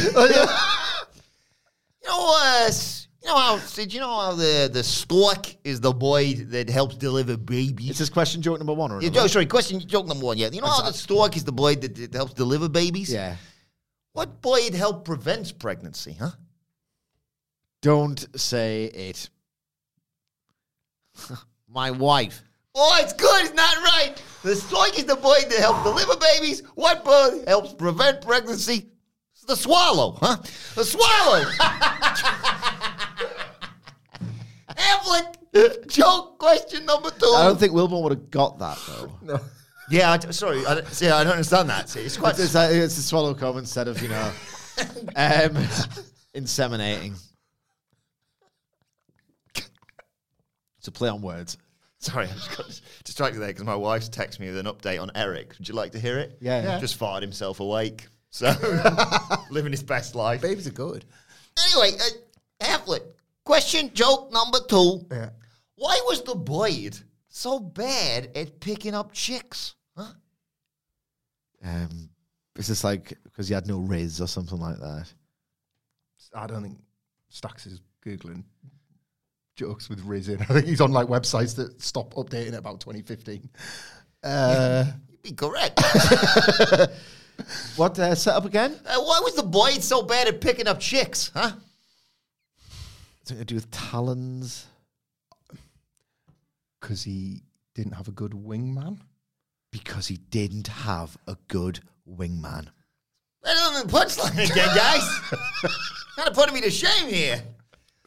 know, uh, s- you know how, Sid, you know how the, the stork is the boy that helps deliver babies? Is this question joke number one or Yeah, another? Joe, sorry, question joke number one. Yeah, you know how the stork is the boy that, that helps deliver babies. Yeah. what boy it help prevents pregnancy? Huh? Don't say it. My wife. Oh, it's good. It's not right. The stork is the boy that helps deliver babies. What bird helps prevent pregnancy? It's the swallow, huh? The swallow. Hamlet. Joke question number two. I don't think Wilbur would have got that though. yeah, I d- sorry. I don't, see, I don't understand that. See, it's quite. it's, a, it's a swallow comb instead of, you know, um, inseminating. It's a play on words. Sorry, I just got distracted there because my wife's texted me with an update on Eric. Would you like to hear it? Yeah. Yeah. Just farted himself awake. So, living his best life. Babies are good. Anyway, uh, Hamlet, question joke number two. Why was the blade so bad at picking up chicks? Huh? Um, it's just like because he had no riz or something like that. I don't think Stax is googling jokes with Riz in. I think he's on like websites that stop updating about 2015. Uh, You'd be correct. What uh, set up again? Uh, why was the blade so bad at picking up chicks? Huh? Something to do with talons. because he didn't have a good wingman. Because he didn't have a good wingman. Better than the punchline again, guys. kind of putting me to shame here.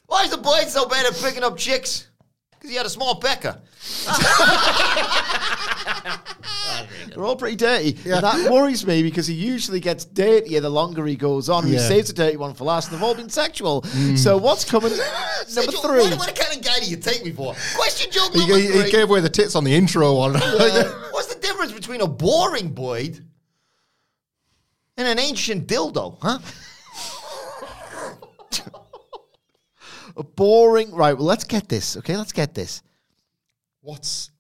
Why is the blade so bad at picking up chicks? Because he had a small pecker. They're all pretty dirty. And that worries me because he usually gets dirtier the longer he goes on. He Yeah. saves the dirty one for last. They've all been sexual. So what's coming? number What- three. What, what kind of guy do you take me for? Question joke He, number he- he three. gave away the tits on the intro one. Uh, what's the difference between a boring blade and an ancient dildo, huh? A boring. Right. Well, let's get this. Okay, let's get this. What's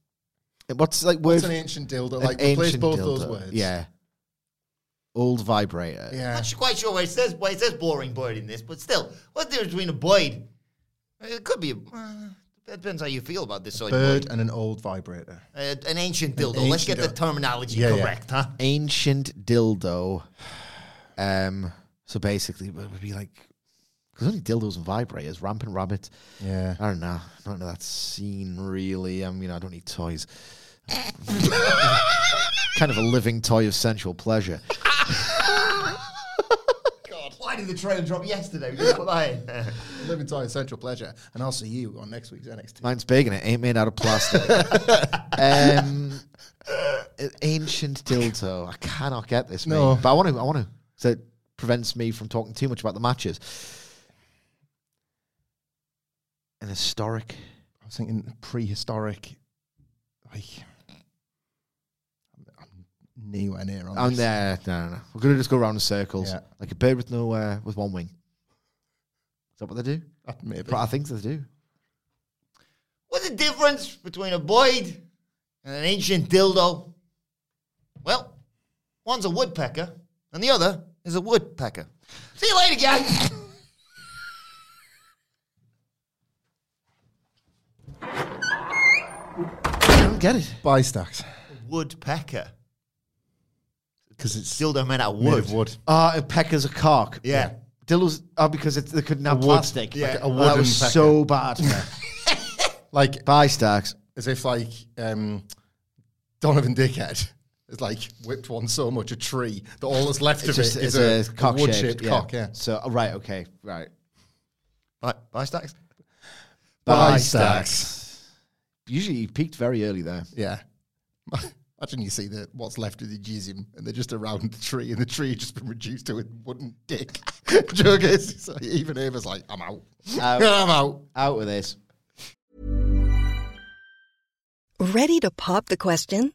What's like word? what's an ancient dildo? an Like replace ancient both those dildo. words. Yeah. Old vibrator. Yeah. Not quite sure why it says why it says boring blade in this, but still, what's the difference between a blade? It could be. a- Uh, depends how you feel about this sort of Bird blade. and an old vibrator. Uh, an ancient dildo. Let's ancient get the terminology Yeah, yeah. correct, huh? Ancient dildo. Um. So basically, it would be like because only dildos and vibrators, rampant rabbits. Yeah. I don't know. I don't know that scene really. I mean, I don't need toys. kind of a living toy of sensual pleasure. God, why did the trailer drop yesterday? We didn't put that in. Live in Tired Central Pleasure. And I'll see you on next week's NXT. Mine's big and it ain't made out of plastic. um, an ancient dildo. I cannot get this, No. mate. But I want to. I want to. So it prevents me from talking too much about the matches. An historic. I was thinking prehistoric. Like, I'm- I'm nowhere near on I'm this. there. No, no, no. We're gonna just go around in circles, Yeah. like a bird with no uh, with one wing. Is that what they do? That may be. But I think they do. What's the difference between a blade and an ancient dildo? Well, one's a woodpecker and the other is a woodpecker. See you later, guys. I don't get it. Buy stacks. woodpecker. Because it's Dildo made out of made wood. of wood. Ah, a pecker's a cock. Yeah. Dildos, oh, because it's, they couldn't have wood- plastic. yeah, Like, a oh, that wooden was pecker. so bad. Like, Bye, Starks. as if, like, um, Donovan Dickhead has, like, whipped one so much a tree that all that's left of it is a, wood shaped cock. Yeah. So oh, right, okay, right. Bye, bye, Stacks. Bye, Stax. Stax. Usually he peaked very early there. Yeah. Imagine you see the what's left of the jism and they're just around the tree and the tree had just been reduced to a wooden dick. Joke is, so even Ava's like, I'm out. Out. I'm out. Out with this. Ready to pop the question?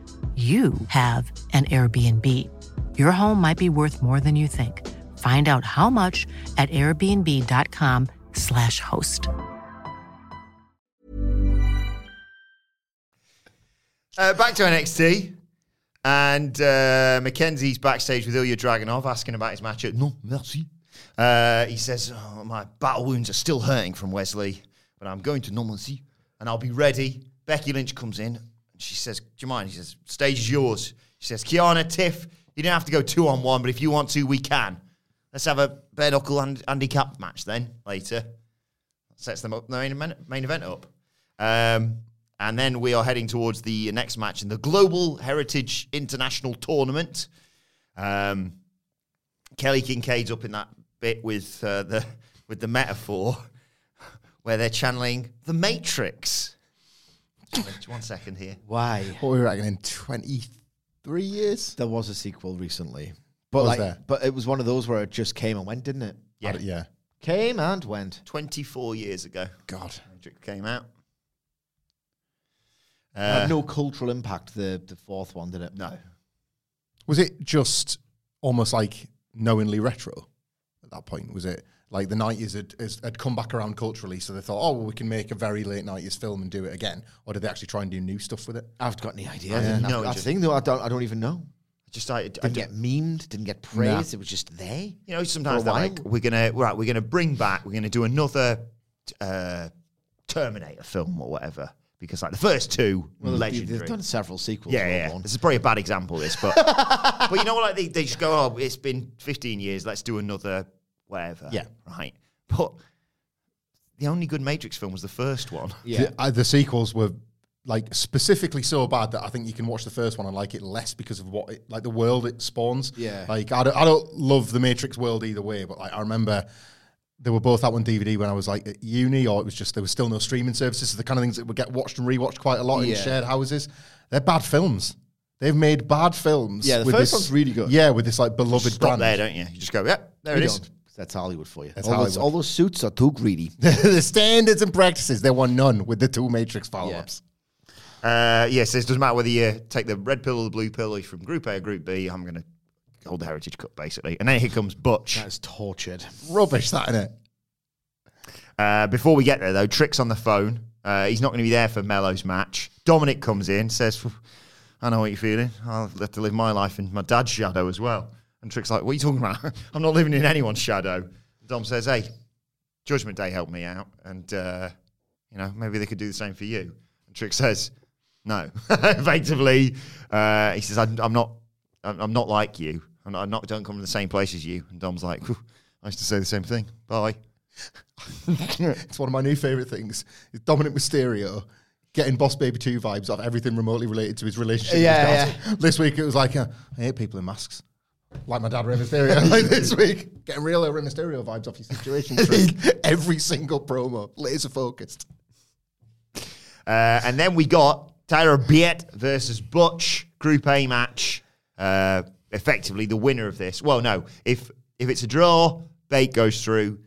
you have an Airbnb. Your home might be worth more than you think. Find out how much at airbnb.com/slash host. Uh, back to NXT. And uh, Mackenzie's backstage with Ilya Dragunov asking about his match at No Mercy. Uh, he says, oh, My battle wounds are still hurting from Wesley, but I'm going to No Mercy and I'll be ready. Becky Lynch comes in and she says, Do you mind? He says, Stage is yours. She says, Kiana, Tiff, you don't have to go two on one, but if you want to, we can. Let's have a bare knuckle and handicap match then later sets them up the main event, main event up. Um, and then we are heading towards the next match in the Global Heritage International Tournament. Um, Kelly Kincaid's up in that bit with uh, the with the metaphor where they're channeling the Matrix. Just one second here. Why? What were we reckoning? 23 years? There was a sequel recently, but Was like, there? but it was one of those where it just came and went, didn't it? I don't- yeah. Came and went. 24 years ago, God. Matrix came out. Had Uh, no cultural impact. The the fourth one did it? no, Was it just almost like knowingly retro at that point? Was it like the 90s had, is- had come back around culturally, so they thought, oh, well, we can make a very late 90s film and do it again? Or did they actually try and do new stuff with it? I've got any idea. I I didn't didn't know it That's the just- thing, though. I don't. I don't even know. just I, I Didn't don't- get memed. Didn't get praised. It was just there. you know sometimes For they're a like while. we're gonna right we're gonna bring back we're gonna do another uh, terminator film or whatever because like the first two Well, they- legendary They've done several sequels. yeah to yeah that one. this is probably a bad example this but but you know what like they, they just go oh it's been 15 years let's do another whatever Yeah. right but the only good matrix film was the first one Yeah. The, uh, the sequels were like specifically so bad that I think you can watch the first one and like it less because of what it, like the world it spawns. Yeah. Like I don't, I don't love the Matrix world either way, but like I remember they were both out on DVD when I was like at uni, or it was just there was still no streaming services. So the kind of things that would get watched and rewatched quite a lot in Yeah. shared houses. They're bad films. They've made bad films. Yeah, the with first this- one's really good. Yeah, with this like beloved stop brand. there don't you you just go yeah there it You is don't. That's Hollywood for you. That's all, those, Hollywood. all those suits are too greedy. the standards and practices there were none with the two Matrix follow-ups. Uh, yes, it doesn't matter whether you take the red pill or the blue pill. If you're from Group A or Group B, I'm going to hold the Heritage Cup basically. And then here comes Butch. That's tortured. Rubbish, that in it. Uh, before we get there, though, Trick's on the phone. Uh, he's not going to be there for Mello's match. Dominic comes in, says, "I know what you're feeling. I'll have to live my life in my dad's shadow as well." And Trick's like, "What are you talking about? I'm not living in anyone's shadow." Dom says, "Hey, Judgment Day helped me out, and uh, you know maybe they could do the same for you." And Trick says, "No, effectively, uh, he says I'm, I'm not, I'm, I'm not like you. I'm not, I'm not, don't come from the same place as you." And Dom's like, "Phew, "I used to say the same thing. Bye." it's one of my new favorite things. Is Dominic Mysterio getting Boss Baby Two vibes off everything remotely related to his relationship. Yeah, with his dad. This week it was like, uh, I hate people in masks. Like my dad, Rey Mysterio. like this week, getting real Rey Mysterio vibes off your situation. Trick. Every single promo, laser focused. Uh, and then we got Tyler Biet versus Butch Group A match. Uh, effectively, the winner of this. Well, no, if if it's a draw, Bate goes through,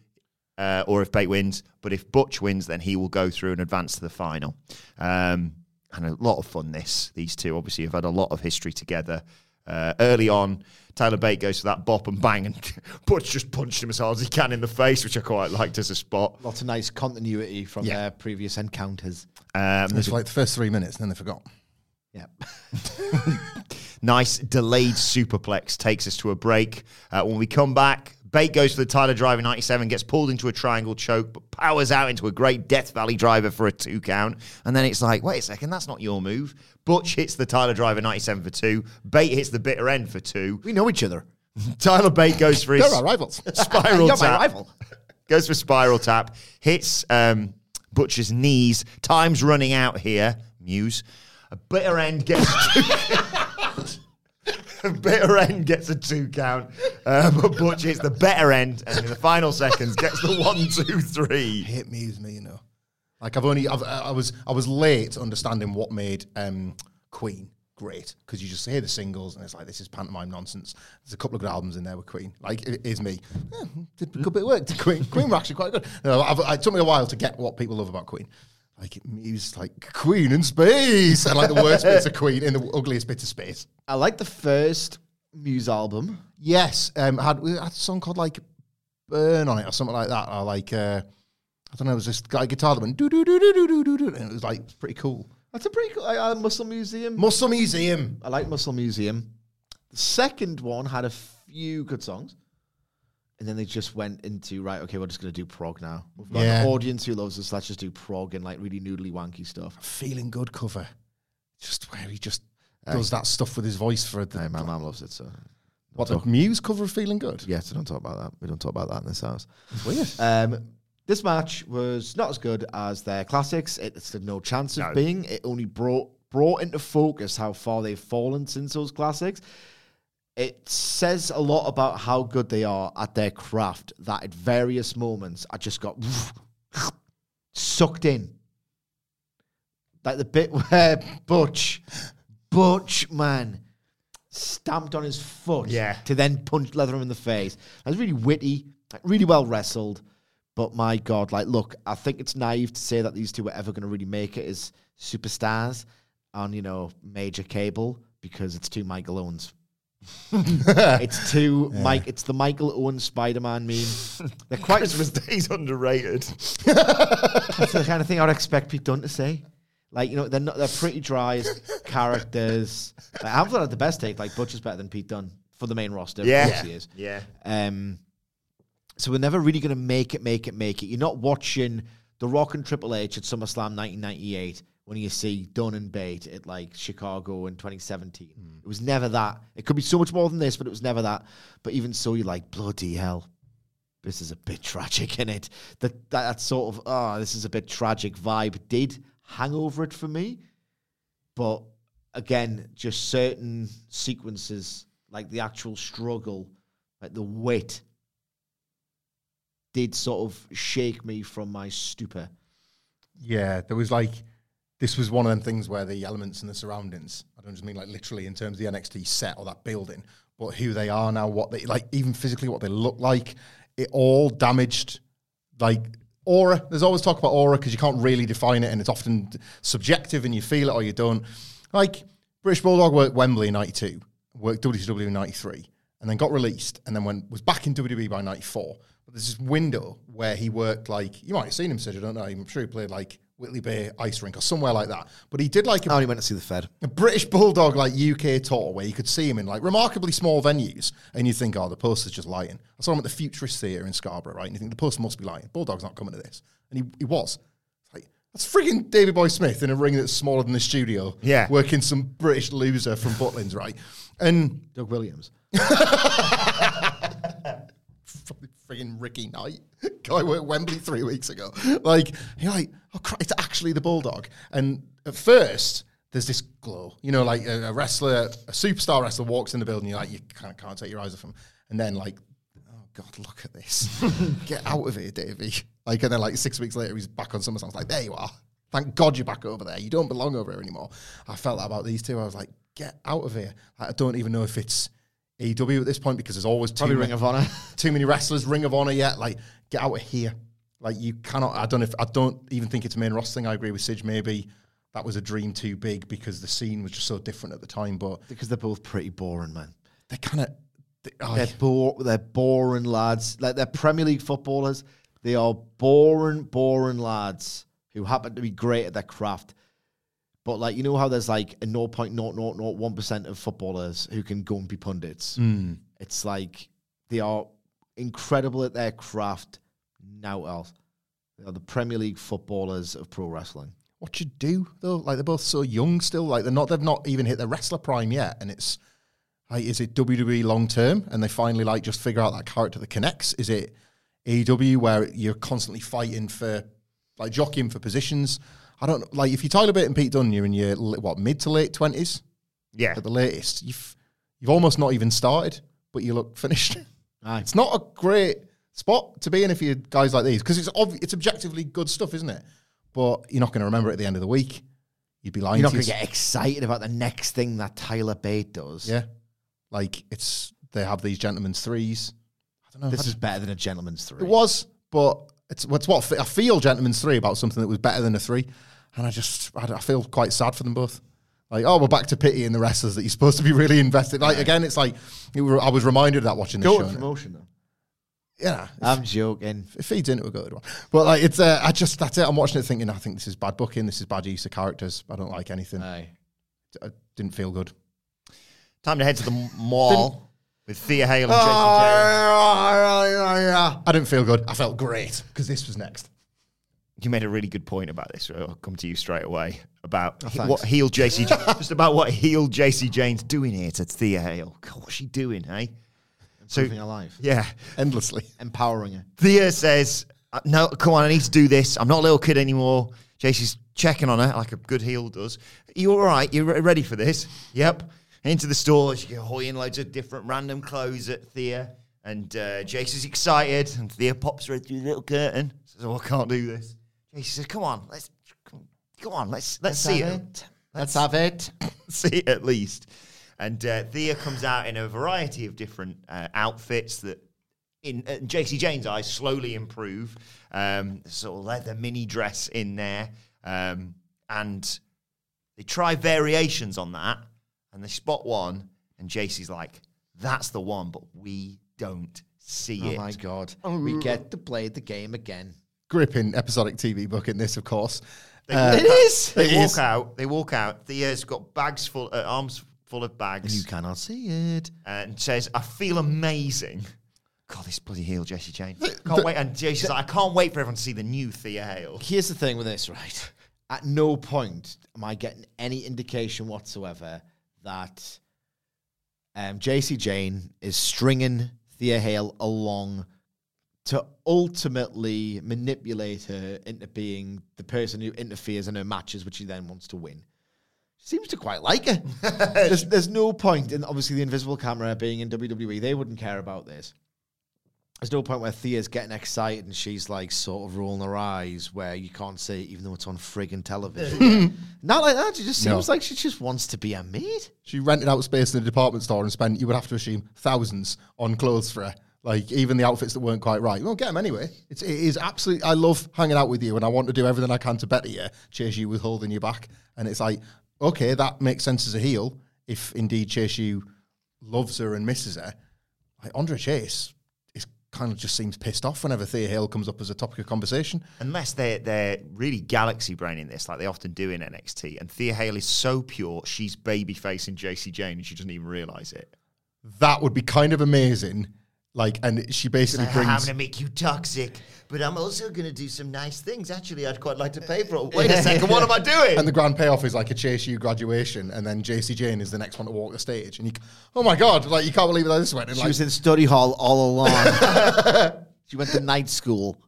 uh, or if Bate wins. But if Butch wins, then he will go through and advance to the final. Um, and a lot of fun. This these two obviously have had a lot of history together. Uh, early on, Tyler Bate goes for that bop and bang, and Butch just punched him as hard as he can in the face, which I quite liked as a spot. Lots of nice continuity from Yeah. their previous encounters. Um, It's like the first three minutes, and then they forgot. Yeah. Nice delayed superplex takes us to a break. Uh, when we come back, Bate goes for the Tyler Driver 97, gets pulled into a triangle choke, but powers out into a great Death Valley Driver for a two count. And then it's like, wait a second, that's not your move. Butch hits the Tyler Driver 97 for two. Bate hits the bitter end for two. we know each other. Tyler Bate goes for his They're our rivals. spiral You're my tap. rival. Goes for spiral tap. Hits um, Butcher's knees. Time's running out here. Muse. A bitter end gets. Bitter End gets a two count, uh, but Butch hits the better end, and in the final seconds gets the one, two, three. Hit me with me, you know. Like I've only I've, I was I was late understanding what made um, Queen great because you just hear the singles and it's like this is pantomime nonsense. There's a couple of good albums in there with Queen. Like it is me. Yeah, did a good bit of work to Queen. Queen were actually quite good. No, I've, it took me a while to get what people love about Queen. Like it, it was like Queen in space and like the worst bits of Queen in the ugliest bits of space. I like the first Muse album. Yes, um, had we had a song called like "Burn" on it or something like that, or like uh, I don't know. It was this guy guitar that went do do do do do do do, and it was like pretty cool. That's a pretty cool. I, I Muscle Museum. Muscle Museum. I like Muscle Museum. The second one had a few good songs. And then they just went into, right, okay, we're just going to do prog now. We've got Yeah. an audience who loves us. Let's just do prog and like really noodly, wanky stuff. Feeling good cover, just where he just does that stuff with his voice for the Hey, my mum loves it. So, what the Muse cover of Feeling Good. yeah, so don't talk about that. We don't talk about that in this house. Weird. Um, this match was not as good as their classics. It stood no chance of being. It only brought brought into focus how far they've fallen since those classics. it says a lot about how good they are at their craft that at various moments I just got sucked in. Like the bit where Butch, Butch man, stamped on his foot Yeah. to then punch Leatherham in the face. That was really witty, like really well wrestled. But my God, like, look, I think it's naive to say that these two were ever going to really make it as superstars on, you know, major cable because it's two Michael Owens it's two Mike. It's the Michael Owen Spider-Man meme. They're quite Christmas Day's underrated. that's the kind of thing I'd expect Pete Dunne to say. Like you know, they're not, they're pretty dry as characters. Like, I've had the best take. Like Butch is better than Pete Dunne for the main roster. Of Yeah. course he is. Yeah. Um, so we're never really going to make it, make it, make it. You're not watching The Rock and Triple H at SummerSlam 1998 when you see Dunn and Bate at like Chicago in 2017. It was never that. It could be so much more than this, but it was never that. But even so, you're like, bloody hell. This is a bit tragic, in it. That, that that sort of ah, this is a bit tragic vibe did hang over it for me but again, just certain sequences, like the actual struggle, like the weight, did sort of shake me from my stupor. Yeah, there was like this was one of them things where the elements and the surroundings. I don't just mean like literally in terms of the NXT set or that building, but who they are now, what they like, even physically what they look like. It all damaged like aura. There's always talk about aura because you can't really define it, and it's often subjective, and you feel it or you don't. Like British Bulldog worked Wembley in '92, worked WCW in '93, and then got released, and then went was back in WWE by '94. But there's this window where he worked like you might have seen him, Sid. I don't know. I'm sure he played like Whitley Bay Ice Rink or somewhere like that. But he did like a I only went to see the Fed. a British bulldog like UK tour where you could see him in like remarkably small venues, and you think, oh, the poster's just lying. I saw him at the Futurist Theatre in Scarborough, right? And you think the poster must be lying. Bulldog's not coming to this, and he, he was. It's like that's frigging David Boy Smith in a ring that's smaller than the studio. Yeah. working some British loser from Butlins, right? And Doug Williams. probably frigging Ricky Knight. Guy were at Wembley three weeks ago. Like, you're like, oh, crap, it's actually the Bulldog. And at first, there's this glow. You know, like a, a wrestler, a superstar wrestler walks in the building, you're like, you can't, can't take your eyes off him. And then, like, oh, God, look at this. Get out of here, Davey. Like, and then, like, six weeks later, he's back on SummerSlam. I was like, there you are. Thank God you're back over there. You don't belong over here anymore. I felt that about these two. I was like, get out of here. I don't even know if it's AEW at this point because there's always two Probably Ring of Honor. too many wrestlers, Ring of Honor yet. Like, get out of here. Like, you cannot. I don't know if I don't even think it's a main roster thing. I agree with Sige. Maybe that was a dream too big because the scene was just so different at the time. But because they're both pretty boring, man. they kind of, they, oh, They're, bo- they're boring lads. Like they're Premier League footballers. They are boring, boring lads who happen to be great at their craft. But like you know how there's like a 0.0001% of footballers who can go and be pundits. Mm. It's like they are incredible at their craft. Now else, they are the Premier League footballers of pro wrestling. what you do though? Like, they're both so young still. Like, they're not. They've not even hit their wrestler prime yet, and it's. Like, is it WWE long term and they finally like just figure out that character that connects? Is it AEW where you're constantly fighting for like jockeying for positions? I don't like if you Tyler Bate and Pete Dunn, you're in your li- what mid to late twenties Yeah. at the latest. You've You've almost not even started, but you look finished. It's not a great spot to be in if you guys like these because it's obvi- it's objectively good stuff, isn't it? But you're not going to remember it at the end of the week. You'd be lying. You're not to going to yourself. get excited about the next thing that Tyler Bate does. Yeah. Like it's they have these gentlemen's threes. I don't know. This I- is better than a gentleman's three. it was, but it's what's what I feel gentlemen's three about something that was better than a three, and I just I, don't- I feel quite sad for them both. Like oh, we're back to pity and the wrestlers that you're supposed to be really invested. Like again, it's like it were, I was reminded of that watching the Go show. to and it- promotion though. Yeah, I'm joking. it feeds into a good one. But like it's uh, I just that's it. I'm watching it thinking I think this is bad booking. This is bad use of characters. I don't like anything. Uh, Aye. I didn't feel good. Time to head to the mall with Thea Hale and Oh, Jason Terry. I didn't feel good. I felt great because this was next. You made a really good point about this. I'll come to you straight away about Oh, he- what heel JC just about what heel JC Jane's doing here to Thea Hale. God, what's she doing, eh? So Living her life. yeah, Endlessly. Empowering her. Thea says, uh, "No, come on, I need to do this. I'm not a little kid anymore." JC's checking on her like a good heel does. You all right? You re- ready for this? Yep. Into the store, she hoying loads of different random clothes at Thea, and uh, JC's excited, and Thea pops her head through the little curtain. Says, "Oh, I can't do this." JC says, "Come on, let's come on, let's let's, see have it. it. Let's have it. see it at least. And uh, Thea comes out in a variety of different uh, outfits that, in uh, JC Jane's eyes, slowly improve. Um, sort of leather mini dress in there. Um, and they try variations on that and they spot one. And JC's like, that's the one, but we don't see Oh it. my god. We get to play the game again. Gripping episodic TV book in this, of course. They, Uh, walk out- They It walk is. out. They walk out. Thea's got bags full, uh, arms full of bags. And you cannot see it. and says, I feel amazing. God, this bloody heel, Jesse Jane. Can't wait. And Jesse's like, I can't wait for everyone to see the new Thea Hale. Here's the thing with this, right? At no point am I getting any indication whatsoever that um, JC Jane is stringing Thea Hale along to ultimately manipulate her into being the person who interferes in her matches, which she then wants to win. She seems to quite like her. there's, there's no point in obviously the invisible camera being in WWE. They wouldn't care about this. There's no point where Thea's getting excited and she's like sort of rolling her eyes where you can't see it, even though it's on friggin' television. Not like that. She just No. seems like she just wants to be a maid. She rented out space in a department store and spent, you would have to assume, thousands on clothes for her. Like, even the outfits that weren't quite right. Well, get them anyway. It's, it is absolutely, I love hanging out with you and I want to do everything I can to better you, chase you with holding you back. And it's like, okay, that makes sense as a heel if indeed Chase you loves her and misses her. Like, Andre Chase is kind of just seems pissed off whenever Thea Hale comes up as a topic of conversation. Unless they're, they're really galaxy braining this, like they often do in NXT. And Thea Hale is so pure, she's baby facing JC Jane and she doesn't even realize it. That would be kind of amazing. Like, and she basically brings. I'm going to make you toxic, but I'm also going to do some nice things. Actually, I'd quite like to pay for it. Wait a second, what am I doing? And the grand payoff is like a Chase U graduation, and then JC Jane is the next one to walk the stage. And you, c- oh my God, like you can't believe that this went. And She like, was in study hall all along. she went to night school.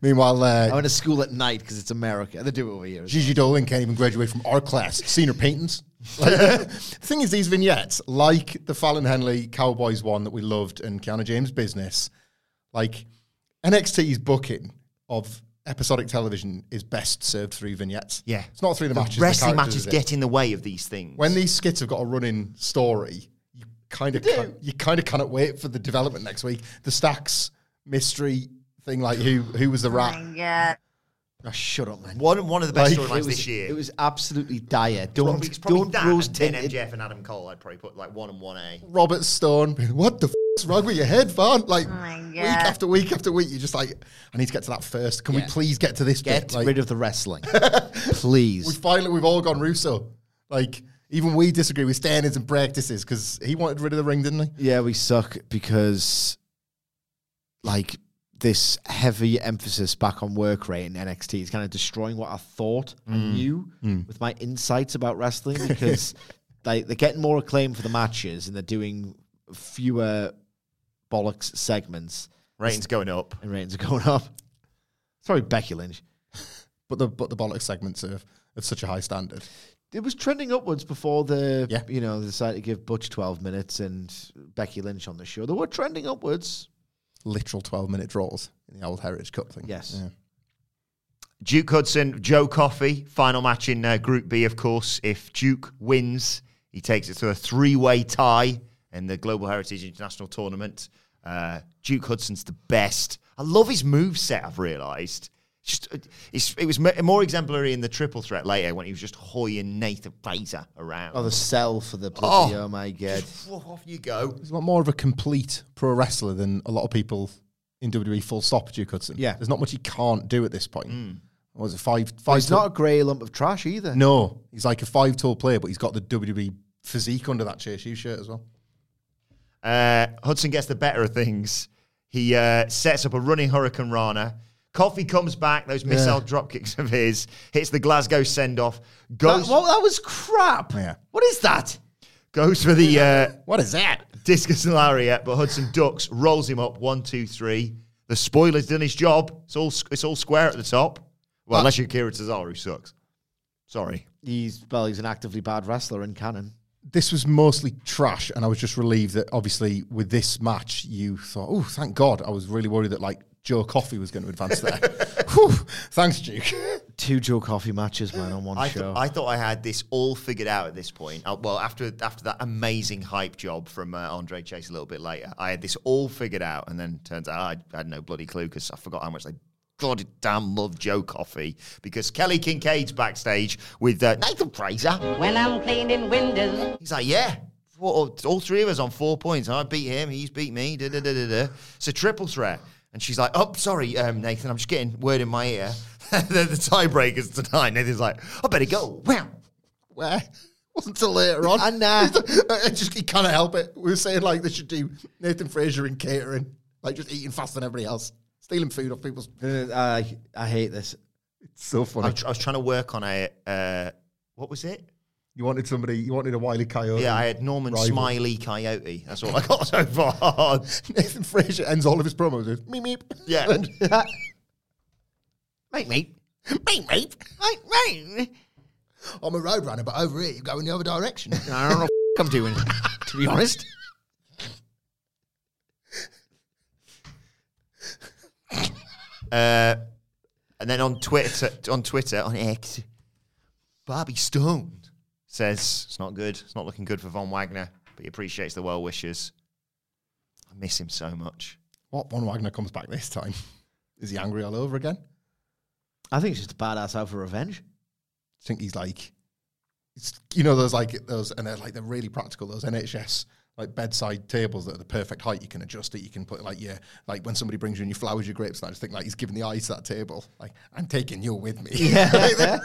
meanwhile, I uh, went to school at night because it's America. They do it over here. Gigi Dolan can't even graduate from our class, seen her paintings. Like, the thing is, these vignettes, like the Fallon Henley Cowboys one that we loved and Keanu James business, like NXT's booking of episodic television is best served through vignettes. yeah. It's not through the, matches. the Wrestling characters, matches is it? get in the way of these things. when these skits have got a running story, you kind of can, you kind of cannot wait for the development next week. The stacks mystery thing, like who who was the rat? Ah, Oh, shut up, man. one, one of the best Like, storylines It was, this year. it was absolutely dire. Don't, Probably, it's probably don't that rose and then tinted. MJF and Adam Cole. I'd probably put like one and one A. Robert Stone. What the f's wrong with your head, Van? Like week after week after week, you're just like, I need to get to that first. Can we Yeah. please get to this? Get bit? Like, rid of the wrestling, We please. finally we've all gone Russo. Like even we disagree with standards and practices because he wanted rid of the ring, didn't he? Yeah, we suck because, like, this heavy emphasis back on work rate in NXT is kind of destroying what I thought I knew with my insights about wrestling because they, they're getting more acclaim for the matches and they're doing fewer bollocks segments Ratings going up. and ratings are going up. Sorry, Becky Lynch. But the but the bollocks segments are of such a high standard. it was trending upwards before the Yeah. you know they decided to give Butch twelve minutes and Becky Lynch on the show. They were trending upwards. Literal 12 minute draws in the old Heritage Cup thing. Yes. Yeah. Duke Hudson, Joe Coffey, final match in uh, Group B, of course. If Duke wins, he takes it to a three way tie in the Global Heritage International Tournament. Uh, Duke Hudson's the best. I love his move set, I've realised. Just, uh, it's, it was m- more exemplary in the triple threat later when he was just hoying Nathan Fraser around. Oh, the sell for the bloody, Oh. oh, my god! Just woof, off you go. He's a lot more of a complete pro wrestler than a lot of people in WWE. Full stop, Duke Hudson. Yeah. Hmm. there's not much he can't do at this point. What was it five? Five. He's foot- not a grey lump of trash either. Oh, No, he's like a five tall player, but he's got the WWE physique under that JSU shirt as well. Uh, Hudson gets the better of things. He uh, sets up a running Hurricane Rana. Coffee comes back, those missile drop kicks of his, hits the Glasgow send off, That, goes, well, that was crap. Yeah. What is that? goes for the uh, What is that? discus lariat, but Hudson ducks, rolls him up, one, two, three. The spoiler's done his job. It's all, it's all square at the top. Well, unless you're Kira Cesaro, who sucks. Sorry. He's well, he's an actively bad wrestler in canon. This was mostly trash, and I was just relieved that obviously with this match you thought, oh, thank God. I was really worried that like Joe Coffey was going to advance there. Whew, thanks, Duke. Two Joe Coffee matches, man, on one I, show. th- I thought I had this all figured out at this point. Uh, well, after after that amazing hype job from uh, Andre Chase a little bit later, I had this all figured out, and then turns out I, I had no bloody clue because I forgot how much they god damn love Joe Coffey because Kelly Kincaid's backstage with uh, Nathan Fraser. When I'm cleaning windows. He's like, yeah. four- All three of us on four points. I beat him. He's beat me. Da, da, da, da, da. It's a triple threat. And she's like, oh, sorry, um, Nathan. I'm just getting word in my ear. They're the tiebreakers tonight. Nathan's like, I better go. Wow. Where? Wasn't till later on. And, uh, I just he can't help it. We were saying like they should do Nathan Fraser in catering, like just eating faster than everybody else, stealing food off people's. Uh, I, I hate this. So I'm funny. tr- I was trying to work on a, uh, what was it? You wanted somebody. You wanted a wily coyote. Yeah, I had Norman Rival. Smiley Coyote. That's all I got so far. Nathan Fraser ends all of his promos with meep meep. Yeah. And- mate, mate. Mate, mate. Mate, mate. I'm a roadrunner, but over here you go in the other direction. I don't know what I'm doing, to be honest. Uh, and then on Twitter, on Twitter, on X, Barbie Stone says it's not good. It's not looking good for Von Wagner, but he appreciates the well wishes. I miss him so much. what? Von Wagner comes back this time. Is he angry all over again? I I think it's just a badass out for revenge. think he's like, it's, you know, those like those, and they're like they're really practical. Those NHS like bedside tables that are the perfect height. You can adjust it. You can put like yeah, like when somebody brings you in your flowers, your grapes. And I just think like he's giving the eyes to that table. Like I'm taking you with me.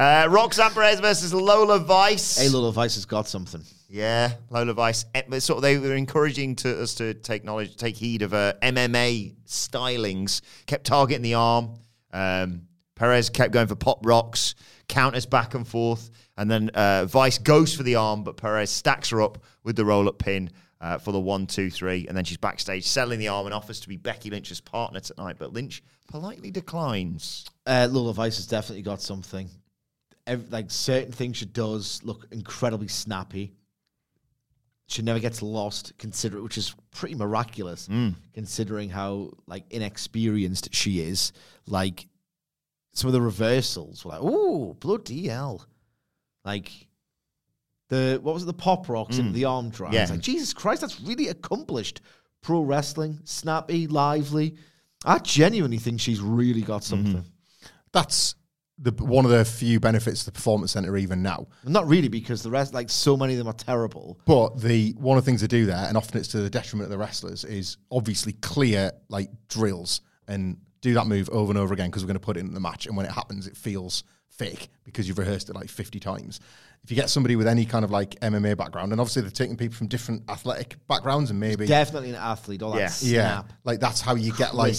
Uh, Roxanne Perez versus Lola Vice. Hey, Little Vice has got something. Yeah, Lola Vice. eh, but Sort of, they were encouraging to us to take knowledge, take heed of uh, MMA stylings. Kept targeting the arm. Um, Perez kept going for pop rocks, counters back and forth, and then uh, Vice goes for the arm, but Perez stacks her up with the roll up pin. Uh, for the one, two, three, and then she's backstage selling the arm and offers to be Becky Lynch's partner tonight, but Lynch politely declines. Uh, Little Vice has definitely got something. Ev- like certain things she does look incredibly snappy. She never gets lost, consider which is pretty miraculous, considering how like inexperienced she is. Like some of the reversals were like, "Ooh, bloody hell!" Like the what was it? The pop rocks and the arm drive. Yeah. It's like Jesus Christ, that's really accomplished pro wrestling, snappy, lively. I genuinely think she's really got something. That's the one of the few benefits of the performance center even now. Not really, because the rest, like so many of them, are terrible. But the one of the things they do there, and often it's to the detriment of the wrestlers, is obviously clear like drills and do that move over and over again because we're going to put it in the match. And when it happens, it feels fake because you've rehearsed it like 50 times. If you get somebody with any kind of like MMA background, and obviously they're taking people from different athletic backgrounds and maybe Definitely an athlete. All that Yeah. snap. like that's how you get like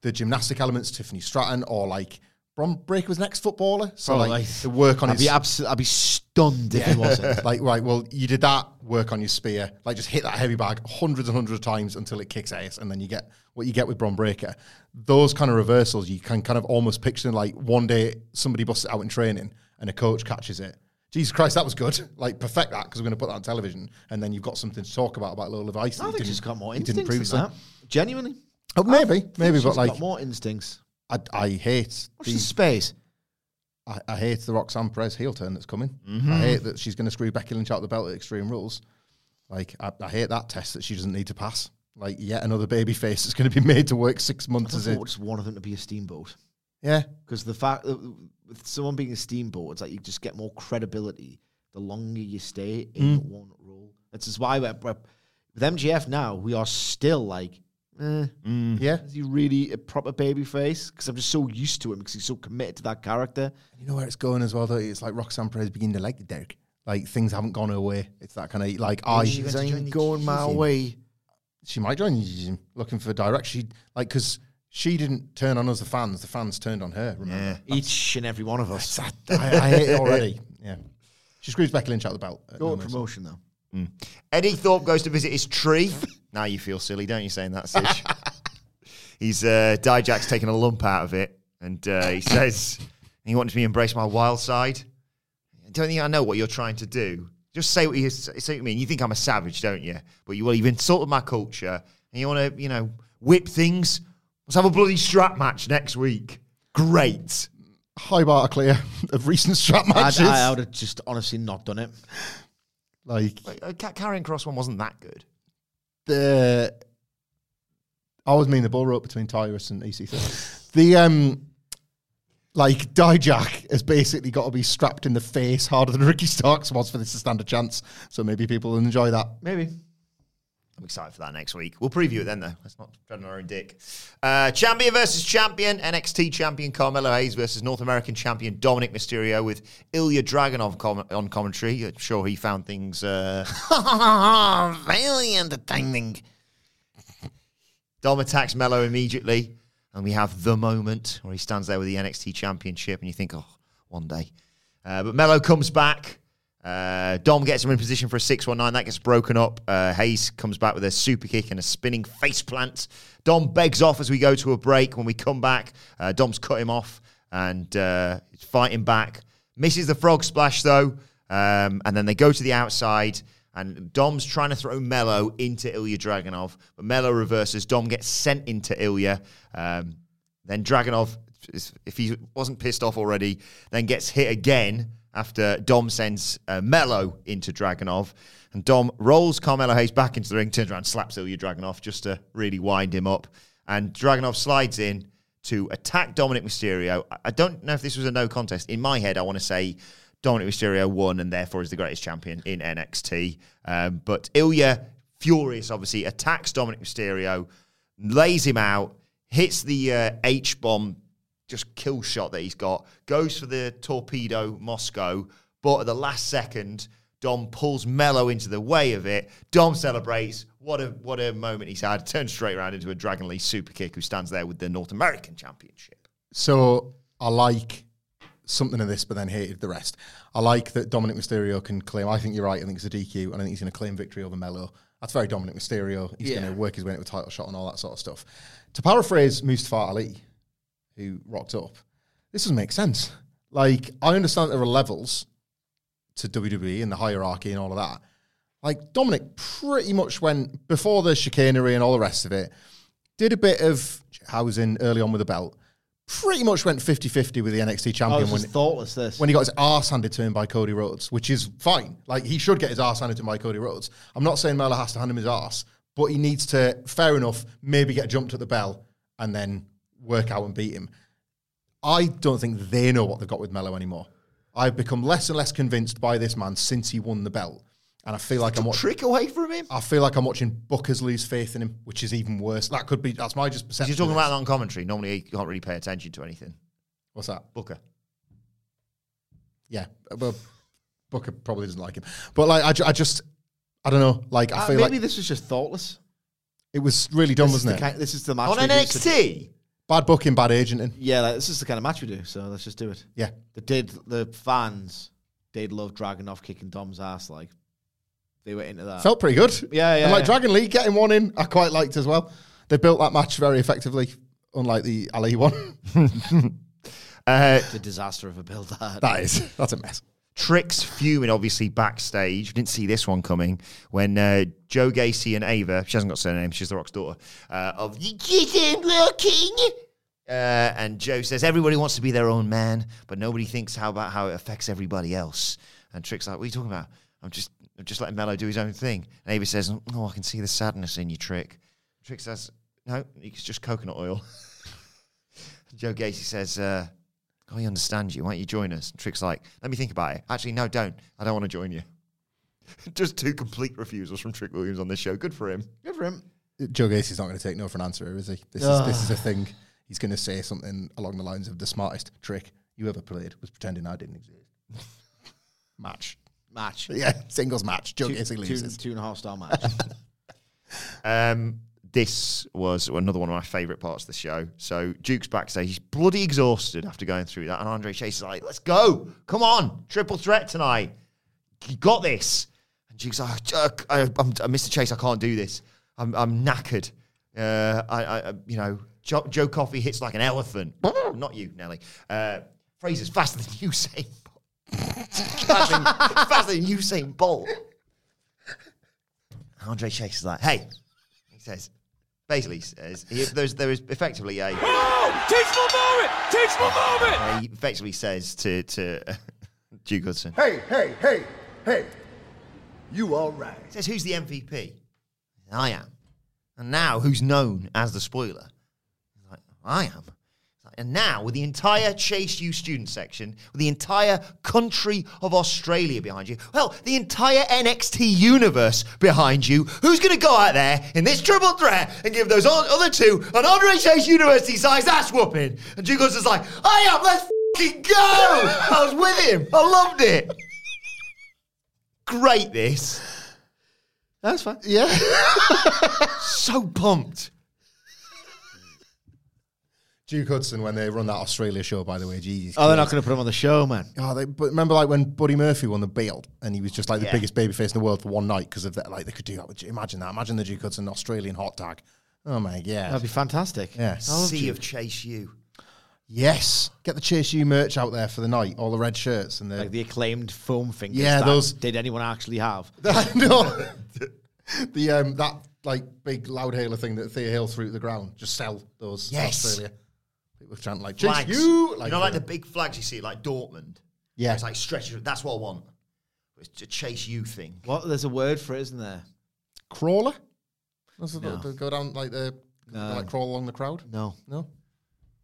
the gymnastic elements, Tiffany Stratton, or like Brom Breaker was an ex footballer. So Probably. like the work on I'd his be abso- I'd be stunned if he wasn't. like right, well, you did that work on your spear, like just hit that heavy bag hundreds and hundreds of times until it kicks ass, and then you get what you get with Bron Breaker. Those kind of reversals, you can kind of almost picture like one day somebody busts it out in training and a coach catches it. Jesus Christ, that was good. Like perfect that because we're going to put that on television, and then you've got something to talk about about Lola Vice. I that you think didn't- she's got more you didn't instincts than previously. that. Genuinely, Oh, maybe, maybe, she's but like got more instincts. I, I hate What's the these space? I, I hate the Roxanne Perez heel turn that's coming. I hate that she's going to screw Becky Lynch out the belt at Extreme Rules. Like, I, I hate that test that she doesn't need to pass. Like, yet another baby face is going to be made to work six I months as it. thought just one of them to be a steamboat Yeah. because the fact that with someone being a steamboat, it's like you just get more credibility the longer you stay in one role. That's just why we're, we're- with MGF now. We are still like, eh, Yeah. is he really a proper baby face? Because I'm just so used to him because he's so committed to that character. You know where it's going as well, though? It's like Roxanne Perez beginning to like the Derek. Like, things haven't gone her way. It's that kind of like, I. Things ain't going my She's in- way. She might join you looking for direction. She, like, because she didn't turn on us, the fans. The fans turned on her, remember? Each and every one of us. I, I hate it already. Yeah. She screws Becky Lynch out the belt. at Go on No Mercy. promotion though. Eddie Thorpe goes to visit his tree. now you feel silly, don't you, saying that, Sige? He's uh, Dijak's taken a lump out of it, and uh, he says he wanted me to embrace my wild side. I don't think I know what you're trying to do. Just say what you say to me. You think I'm a savage, don't you? But you well, you've insulted my culture, and you want to, you know, whip things. Let's have a bloody strap match next week. Great. high bar clear of recent strap I'd, matches. I would have just honestly not done it. like Like, uh, Ca- Carrying Cross one wasn't that good. the, I always mean the bull rope between Tyrus and EC3. the um, like Dijak has basically got to be strapped in the face harder than Ricky Starks was for this to stand a chance. So maybe people will enjoy that. Maybe. I'm excited for that next week. We'll preview it then, though. Let's not tread on our own dick. Uh, champion versus champion, NXT champion Carmelo Hayes versus North American champion Dominic Mysterio with Ilya Dragunov com- on commentary. I'm sure he found things uh, very entertaining. Dom attacks Mello immediately, and we have the moment where he stands there with the NXT championship, and you think, oh, one day. Uh, but Mello comes back. Uh, Dom gets him in position for a 619. That gets broken up. Uh, Hayes comes back with a super kick and a spinning face plant. Dom begs off as we go to a break. When we come back, uh, Dom's cut him off and uh, he's fighting back. Misses the frog splash, though. Um, and then they go to the outside. And Dom's trying to throw Mello into Ilya Dragunov. But Mello reverses. Dom gets sent into Ilya. Um, then Dragunov, if he wasn't pissed off already, then gets hit again after Dom sends uh, Mello into Dragunov. And Dom rolls Carmelo Hayes back into the ring, turns around, slaps Ilya Dragunov just to really wind him up. And Dragunov slides in to attack Dominic Mysterio. I- I don't know if this was a no contest. In my head, I want to say Dominic Mysterio won and therefore is the greatest champion in NXT. Um, but Ilya, furious obviously, attacks Dominic Mysterio, lays him out, hits the uh, H bomb, just kill shot that he's got, goes for the torpedo Moscow, but at the last second, Dom pulls Mello into the way of it. Dom celebrates. What a what a moment he's had. Turns straight around into a Dragon Lee super kick who stands there with the North American Championship. So I like something of this, but then hated the rest. I like that Dominic Mysterio can claim. I think you're right. I think it's a DQ, and I think he's going to claim victory over Mello. That's very Dominic Mysterio. He's going to work his way into a title shot and all that sort of stuff. To paraphrase Mustafa Ali, who rocked up, this doesn't make sense. Like I understand there are levels to WWE and the hierarchy and all of that. Like Dominic pretty much went before the chicanery and all the rest of it. Did a bit of housing early on with the belt. Pretty much went 50-50 with the NXT I champion was when just Oh, thoughtless this. when he got his arse handed to him by Cody Rhodes, which is fine. Like he should get his arse handed to him by Cody Rhodes. I'm not saying Mello has to hand him his arse, but he needs to, fair enough, maybe get jumped at the bell and then work out and beat him. I don't think they know what they've got with Mello anymore. I've become less and less convinced by this man since he won the belt. And I feel like I'm watching Trick away from him. I feel like I'm watching Booker's lose faith in him, which is even worse. That could be that's my just perception. You're talking of about this. that on commentary. Normally, you can't really pay attention to anything. what's that? Booker. yeah, uh, well, Booker probably doesn't like him. But like, I, ju- I just, I don't know. Like, I Uh, feel maybe like this was just thoughtless. it was really dumb, this is wasn't the it? kind- this is the match. On we do to- NXT? Bad booking, bad agenting. Yeah, like, this is the kind of match we do, so let's just do it. Yeah. They did the fans did love Dragunov kicking Dom's ass like they were into that. Felt pretty good. Uh, Yeah, yeah, And like yeah. Dragon League getting one in, I quite liked as well. They built that match very effectively, unlike the Ali one. Uh, the disaster of a build that. that is, that's a mess. Tricks fuming, obviously, backstage. Didn't see this one coming when uh, Joe Gacy and Ava, she hasn't got surname, she's The Rock's daughter, uh, of You Isn't Working. Uh, and Joe says, Everybody wants to be their own man, but nobody thinks how about how it affects everybody else. And Trick's like, What are you talking about? I'm just I'm just letting Mello do his own thing. And Ava says, Oh, I can see the sadness in you, Trick. Trick says, No, it's just coconut oil. Joe Gacy says, uh, Oh, he understands you. Why don't you join us? And Trick's like, Let me think about it. Actually, no, don't. I don't want to join you. Just two complete refusals from Trick Williams on this show. Good for him. Good for him. Joe Gacy's not going to take no for an answer, is he? This is this is a thing. He's going to say something along the lines of the smartest trick you ever played was pretending I didn't exist. match. Match. Yeah, singles match. Joe two, Gacy loses. two and a half star match. Um, this was another one of my favourite parts of the show. So Duke's backstage. He's bloody exhausted after going through that. And Andre Chase is like, let's go. Come on. Triple threat tonight. You got this. And Duke's like, "Uh, I, I'm, Mr. Chase, I can't do this. I'm, I'm knackered. Uh, I, I, I- you know, Joe, Joe Coffey hits like an elephant. Not you, Nelly. Uh, Fraser's faster than Usain Bolt. faster, than, faster than Usain Bolt. Andre Chase is like, hey, he says, basically says, he, there's, there is effectively a. Uh, he effectively says to, to uh, Duke Hudson, Hey, hey, hey, hey. You all right? he says, who's the MVP? I am. And now, who's known as the spoiler? He's like, I am. He's like, And now, with the entire Chase U student section, with the entire country of Australia behind you, well, the entire NXT universe behind you, who's going to go out there in this triple threat and give those o- other two an Andre Chase University sized ass whooping? And Duke Hudson's like, I am, let's fing go! I was with him, I loved it. Great, this. That's fine. Yeah. so pumped. Duke Hudson when they run that Australia show, by the way. Jesus. Oh, they're not going to put him on the show, man. Oh, they, but remember, like when Buddy Murphy won the belt, and he was just like the Yeah. biggest babyface in the world for one night because of that. Like they could do that. With, imagine that. Imagine the Duke Hudson Australian hot tag. Oh my That'd god. be fantastic. Yes. sea of Chase U. Yes. Get the Chase U merch out there for the night. All the red shirts and the. Like the acclaimed foam fingers. Yeah, that those- Did anyone actually have? no. the um that like big loud hailer thing that Thea Hill threw to the ground. Just sell those. in Yes. Australia. People chant like Chase Flags. U. you know, like the big flags you see, like Dortmund. Yeah. It's like stretches. That's what I want. It's a Chase U thing. What? There's a word for it, isn't there? crawler. That's No. what they go down like the No. like crawl along the crowd. No, No.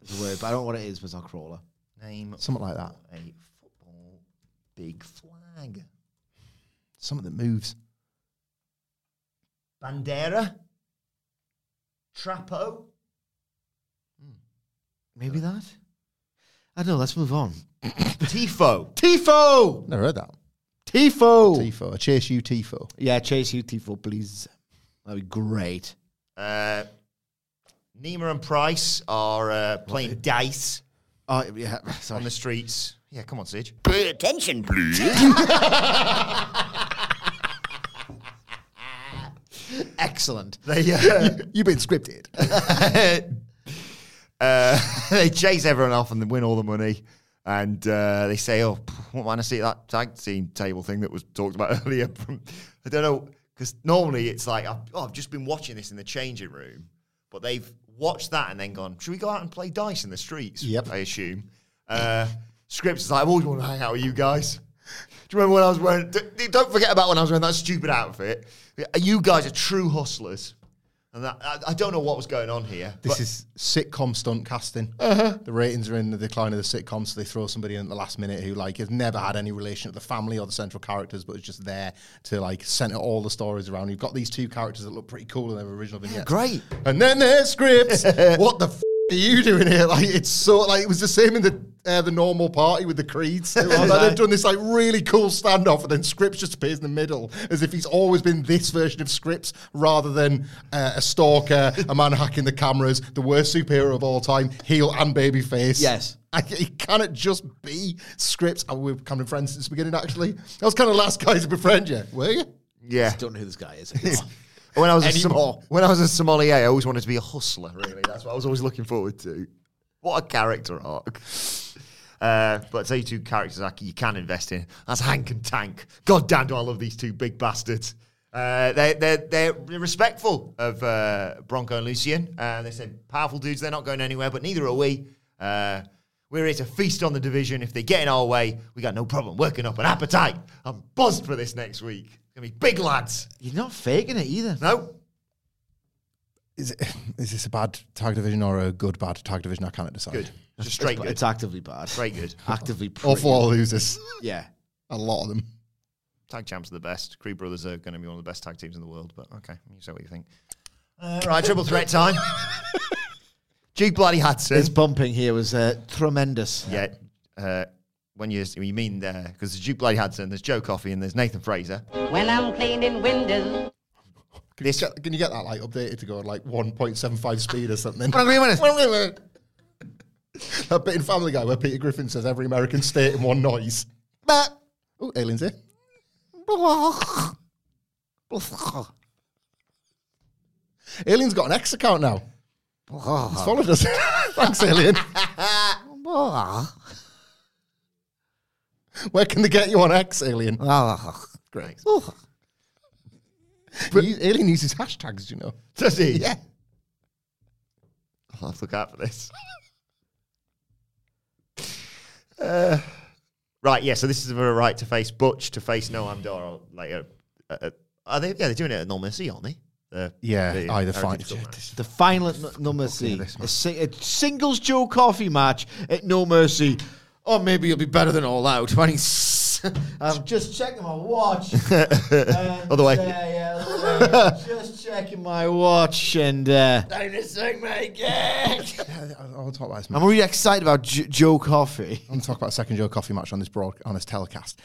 there's a word, but I don't know what it is. But it's not crawler. Name Something like that. a football big flag. Something that moves. Bandera. Trapo. Maybe that. I don't know. Let's move on. Tifo. Tifo. Never heard that. Tifo. Tifo. A Chase U Tifo. Yeah, chase you Tifo, please. That'd be great. Uh, Nima and Price are uh, playing dice Oh yeah. Sorry. on the streets. Yeah, come on, Sige. Pay attention, please. Excellent. They, uh, You've been scripted. uh, they chase everyone off and they win all the money. And uh, they say, "Oh, what man, I see that tag team table thing that was talked about earlier." From I don't know because normally it's like, I've, "Oh, I've just been watching this in the changing room," but they've watched that and then gone, "Should we go out and play dice in the streets?" Yep. I assume. Uh, Scripps is like, "I've always wanted to hang out with you guys." Do you remember when I was wearing? d- Don't forget about when I was wearing that stupid outfit. You guys are true hustlers, and that, I, I don't know what was going on here. but- This Uh-huh. is sitcom stunt casting. The ratings are in the decline of the sitcom, so they throw somebody in at the last minute who like has never had any relation to the family or the central characters, but is just there to like center all the stories around. You've got these two characters that look pretty cool in their original vignettes. great. And then there's scripts. what the f- are you doing here? Like it's so like it was the same in the uh, the normal party with the creeds. like, they've done this like really cool standoff, and then Scripps just appears in the middle as if he's always been this version of Scripps rather than uh, a stalker, a man hacking the cameras, the worst superhero of all time, heel and babyface. Yes. I, it cannot just be Scripps. Oh, we've become friends since the beginning. Actually, that was kind of the last guy to befriend you, were you? Yeah. don't know who this guy is. anymore. When I was a Anymore. Som- when I was a sommelier, I always wanted to be a hustler. Really, that's what I was always looking forward to. What a character arc! Uh, but say two characters I c- you can invest in. That's Hank and Tank. God damn, do I love these two big bastards. Uh, they they're, they're respectful of uh, Bronco and Lucian. Uh, they said powerful dudes. They're not going anywhere, but neither are we. Uh, we're here to feast on the division. If they get in our way, we got no problem working up an appetite. I'm buzzed for this next week. It's gonna be big lads. You're not faking it either. No, Is it, is this a bad tag division or a good bad tag division? I cannot decide. good. Just straight it's, good. It's actively bad. Straight good. Actively pretty. All four losers. Yeah. A lot of them. Tag champs are the best. Creed Brothers are going to be one of the best tag teams in the world, but okay, you say what you think. Uh, right, triple threat time. Duke Bloody Hudson. His bumping here was uh, tremendous. Yeah. Uh, when you, when you mean there, because there's Duke Bloody Hudson, there's Joe Coffey, and there's Nathan Fraser. When I'm cleaning windows. Can, you get, can you get that like updated to go at, like 1.75 speed or something? that bit in Family Guy where Peter Griffin says every American state in one noise. But oh, aliens here. Alien's got an X account now. He's followed us. Thanks, Alien. Where can they get you on X, Alien? Great. But Alien uses hashtags, you know. Does he? Yeah. I'll have to look out for this. uh, Uh, right, yeah, so this is for a right to face Butch, to face Noam Dar later. Uh, uh, are they, yeah, they're doing it at Normalcy, aren't they? The- the either Heritage fight. Cup match. The final at N- No Mercy. A, si- a singles Joe Coffee match at No Mercy. Or maybe you'll be better than All Out. When he's- I'm just checking my watch. All the way. Yeah, yeah. uh, just checking my watch and. Uh, Time to sing my gig. I'll talk about this. I'm really excited about J- Joe Coffee. I'm going to talk about a second Joe Coffee match on this broad, on this telecast.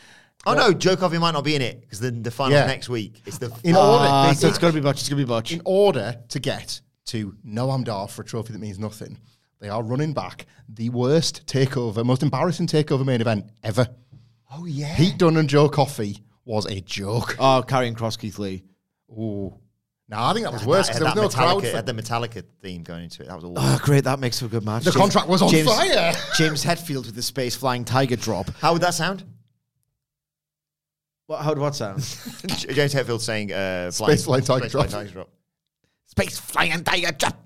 Oh no, Joe Coffey might not be in it because then the final Yeah. next week. It's the Ah, In final- order, Uh, in- so it's going to be Butch. It's going to be Butch. in order to get to Noam Dar for a trophy that means nothing, they are running back the worst takeover, most embarrassing takeover main event ever. Oh yeah, Pete Dunne and Joe Coffey was a joke. Oh, carrying cross Keith Lee. Ooh, no, I think that was worse that, because there was no crowd. Metallica, for- Ah, had the Metallica theme going into it. That was all. Oh, great. That makes for a good match. The contract was on fire. James Hetfield with the space flying tiger drop. How would that sound? What, how um, would what sound? J- James Hetfield saying, uh, Flying Tiger Drop. Flying Tiger Drop. space flying tiger drop.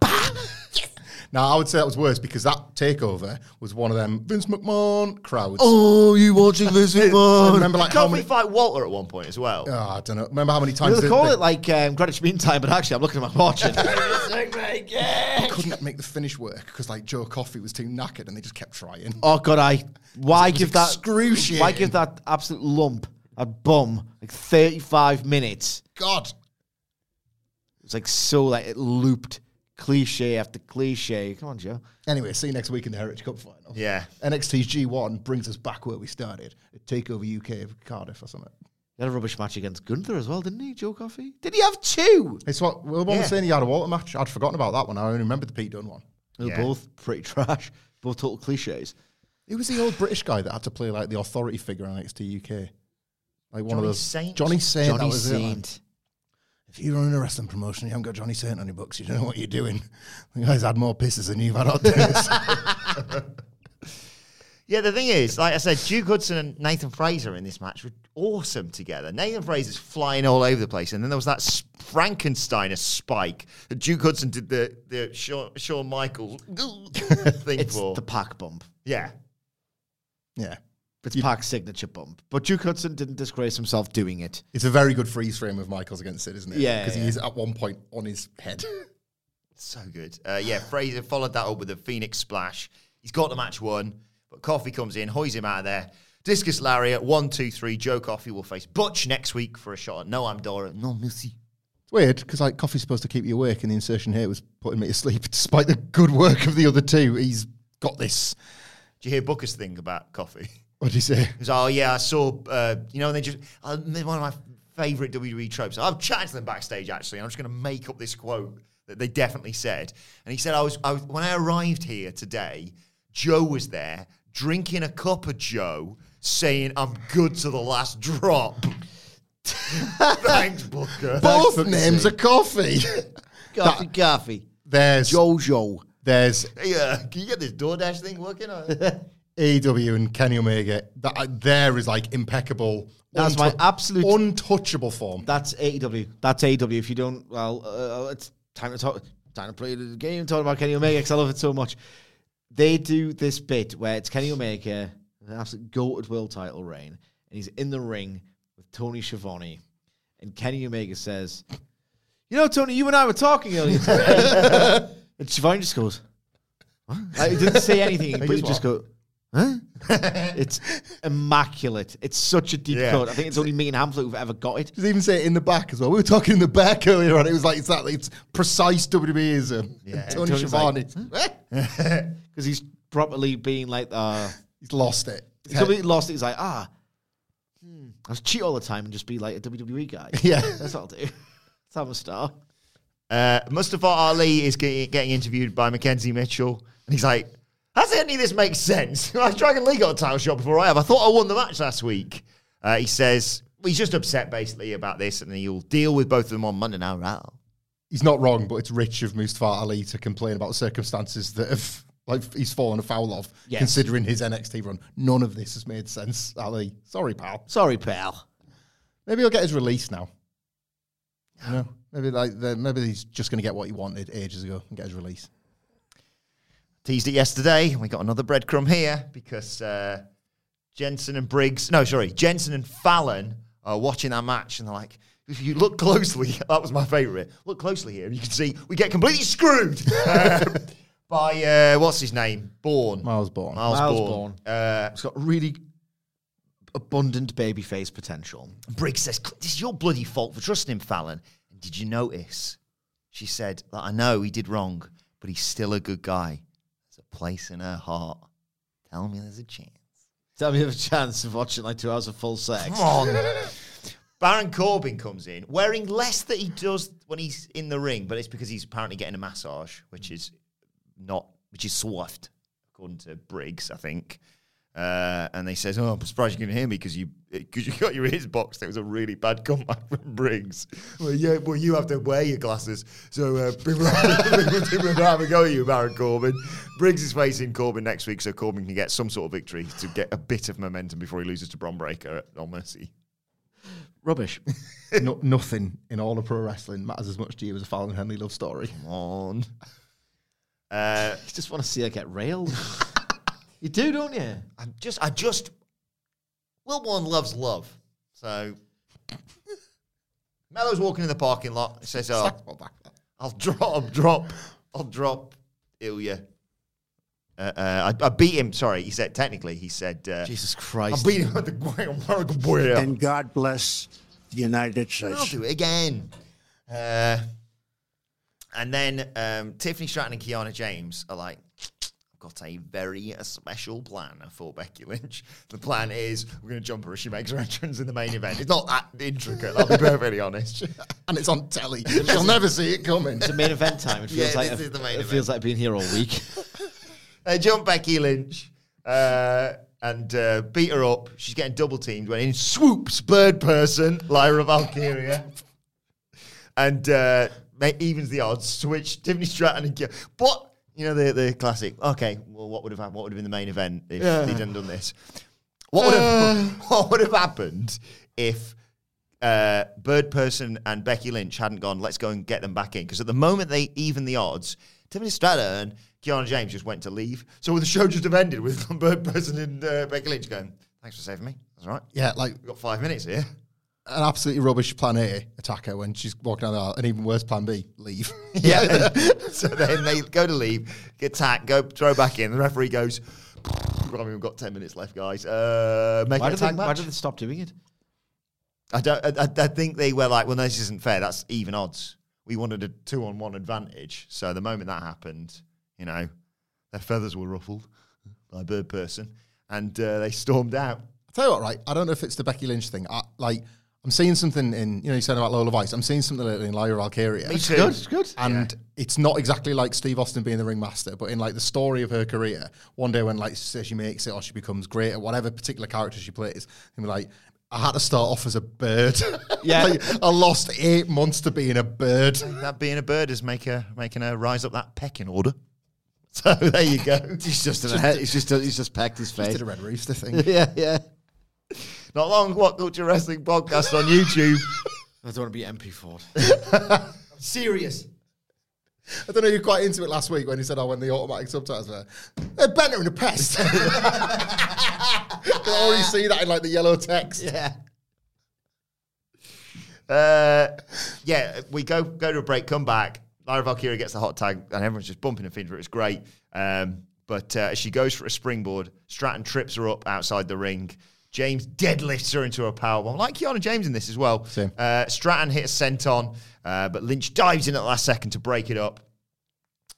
no, I would say that was worse because that takeover was one of them Vince McMahon crowds. Oh, you watching this with I Mom? remember like how Can't we many? fight Walter at one point as well? Oh, I don't know. Remember how many You times know, they- they call they- it like um, Greenwich Mean Time, but actually, I'm looking at my watch. and- couldn't make the finish work because like Joe Coffey was too knackered and they just kept trying. oh God, I why It was give that excruciating. Why give that absolute lump, a bum, like 35 minutes? God. It's like so like it looped cliche after cliche. Come on, Joe. Anyway, see you next week in the Heritage Cup final. Yeah. NXT's G1 brings us back where we started at TakeOver UK of Cardiff or something. He had a rubbish match against Gunther as well, didn't he, Joe Coffey? Did he have two? It's what Will Bond Yeah. was saying he had a water match. I'd forgotten about that one. I only remembered the Pete Dunne one. They were Yeah. both pretty trash. Both total cliches. It was the old British guy that had to play like the authority figure on NXT UK. Like one Johnny of those Saint? Johnny Saint. that Johnny was it, like, Saint. if you're running a wrestling promotion, you haven't got Johnny Saint on your books, you don't know what you're doing. The guy's had more pisses than you've had on days. Yeah, the thing is, like I said, Duke Hudson and Nathan Fraser in this match were awesome together. Nathan Fraser's flying all over the place, and then there was that s- Frankensteiner spike that Duke Hudson did the the Shawn, Shawn Michaels thing It's for. the pack bump. yeah, yeah. It's Park's signature bump. But Duke Hudson didn't disgrace himself doing it. It's a very good freeze frame of Michaels against it, isn't it? Yeah, Because he yeah. is at one point on his head. So good. Uh, yeah, Fraser followed that up with a Phoenix splash. He's got the match won, but Coffee comes in, hoys him out of there. Discus Lariat, one, two, three. Joe Coffee will face Butch next week for a shot at Noam Dora. No mercy. It's weird because like coffee's supposed to keep you awake, and the insertion here was putting me to sleep. Despite the good work of the other two, he's got this. Do you hear Booker's thing about coffee? What did he say? He was, oh yeah, I saw, uh, you know, and they just uh, one of my favorite WWE tropes. I'm chatting to them backstage actually, and I'm just going to make up this quote that they definitely said. And he said, I was, I was when I arrived here today, Joe was there drinking a cup of Joe, saying I'm good to the last drop. Thanks, Booker. Both names are coffee. Coffee, coffee. There's Jojo. there's Yeah, can you get this DoorDash thing working? Or- AEW and Kenny Omega. That uh, there is like impeccable. That's my absolute- untouchable form. That's AEW. That's AEW. If you don't, well, uh, it's time to talk. Time to play the game. Talking about Kenny Omega because I love it so much. They do this bit where it's Kenny Omega, an absolute goated world title reign, and he's in the ring with Tony Schiavone, and Kenny Omega says, "You know, Tony, you and I were talking earlier," today." and Schiavone just goes, "What?" Like, he didn't say anything, but he just go, "Huh?" it's immaculate. It's such a deep Yeah. cut. I think it's only me and Hamlet who've ever got it. Does he even say it in the back as well? We were talking in the back earlier, and it was like it's that it's precise WWEism. Yeah, uh, Tony Tony's Schiavone, because he's properly being like, uh, he's lost it. he's completely lost. it. He's like, ah, hmm, I was cheat all the time and just be like a WWE guy. Yeah. that's what I'll do. That's how I'm a star. Uh, Mustafa Ali is get- getting interviewed by Mackenzie Mitchell, and he's like, "Has any of this make sense? I've Dragon Lee got a title shot before I have. I thought I won the match last week." Uh, he says he's just upset basically about this, and he'll deal with both of them on Monday Night Raw. He's not wrong, but it's rich of Mustafa Ali to complain about circumstances that have like he's fallen afoul of. Yes. Considering his NXT run, none of this has made sense. Ali, sorry, pal. Sorry, pal. Maybe he'll get his release now. You know, maybe like the, maybe he's just going to get what he wanted ages ago and get his release. Teased it yesterday, and we got another breadcrumb here because uh, Jensen and Briggs, no, sorry, Jensen and Fallon are watching that match, and they're like. If you look closely, that was my favourite. Look closely here, and you can see we get completely screwed uh, by uh, what's his name, Bourne. Miles Bourne. Miles, Miles Bourne. Uh, It's got really abundant baby face potential. Briggs says, This is your bloody fault for trusting him, Fallon. And did you notice? She said, that I know he did wrong, but he's still a good guy. There's a place in her heart. Tell me there's a chance. Tell me you have a chance of watching like two hours of full sex. Come on. Baron Corbin comes in wearing less that he does when he's in the ring, but it's because he's apparently getting a massage, which is not, which is swift, according to Briggs, I think. Uh, and they says, "Oh, I'm surprised you can hear me because you because you got your ears boxed." It was a really bad comeback from Briggs. Well, yeah, well, you have to wear your glasses, so uh, people, people, people don't have a go at you, Baron Corbin. Briggs is facing Corbin next week, so Corbin can get some sort of victory to get a bit of momentum before he loses to Bron Breaker at No Mercy. Rubbish. no, nothing in all of pro wrestling matters as much to you as a Fallon Henley love story. Come on. Uh, You just want to see her get railed. you do, don't you? I'm just, I just, Will Warren loves love. So, Mello's walking in the parking lot. He says, oh, I'll drop, I'll drop, I'll drop Ilya. Uh, uh, I, I beat him. Sorry, he said. Technically, he said. Uh, Jesus I Christ. beat him at the American boy. And God bless the United I'll States. do it again. Uh, and then um, Tiffany Stratton and Kiana James are like, I've got a very special plan for Becky Lynch. The plan is we're going to jump her as she makes her entrance in the main event. It's not that intricate, I'll be perfectly honest. And it's on telly. You'll never see it coming. It's a main event time. It feels Yeah, like this is the main it feels like being here all week. They Uh, jump Becky Lynch uh, and uh, beat her up. She's getting double teamed when in swoops Bird Person, Lyra Valkyria. and uh, ma- evens the odds, switch Tiffany Stratton and Gil. But, you know, the, the classic, okay, well, what would have happened? What would have been the main event if they hadn't done this? What would, Uh. have, what would have happened if uh, Bird Person and Becky Lynch hadn't gone, let's go and get them back in. Because at the moment they even the odds, Tiffany Strata and Kiana James just went to leave. So the show just have ended with Bird Person and uh, Becky Lynch going, thanks for saving me. That's all right. Yeah, like We've got five minutes here. an absolutely rubbish plan A, attack her when she's walking down the aisle, and even worse plan B, leave. Yeah. so then they go to leave, get attacked, go throw back in. The referee goes, I mean, we've got 10 minutes left, guys. Uh, make why an did they attack Why match. did they stop doing it? I don't. I, I- I think they were like, well, no, this isn't fair. That's even odds. We wanted a two-on-one advantage. So the moment that happened, you know, their feathers were ruffled by Bird Person, and uh, they stormed out. I tell you what, right? I don't know if it's the Becky Lynch thing. I, like, I'm seeing something in you know you said about Lola Vice. I'm seeing something lately in Lyra Valkyria. Me It's too. good, it's good. And it's not exactly like Steve Austin being the ringmaster, but in like the story of her career, one day when like say she makes it or she becomes great at whatever particular character she plays, and be like. I had to start off as a bird. Yeah. Like, I lost eight months to being a bird. That being a bird is make her, making her rise up that pecking order. So there you go. He's just, an ahead- he's just he's just pecked his face. did a Red Rooster thing. yeah, yeah. Not long. What culture wrestling podcast on YouTube? I don't want to be MP Ford. Serious. I don't know, you're quite into it last week when you said, oh, when the automatic subtitles were, they're better in a pest. they already see that in like the yellow text. Yeah. Uh, yeah, we go go to a break, come back. Lyra Valkyria gets the hot tag, and everyone's just bumping and feeding her. It's great. Um, but uh, she goes for a springboard. Stratton trips her up outside the ring. James deadlifts her into a powerbomb, like Kiana James in this as well. Same. Uh, Stratton hits senton, uh, but Lynch dives in at the last second to break it up.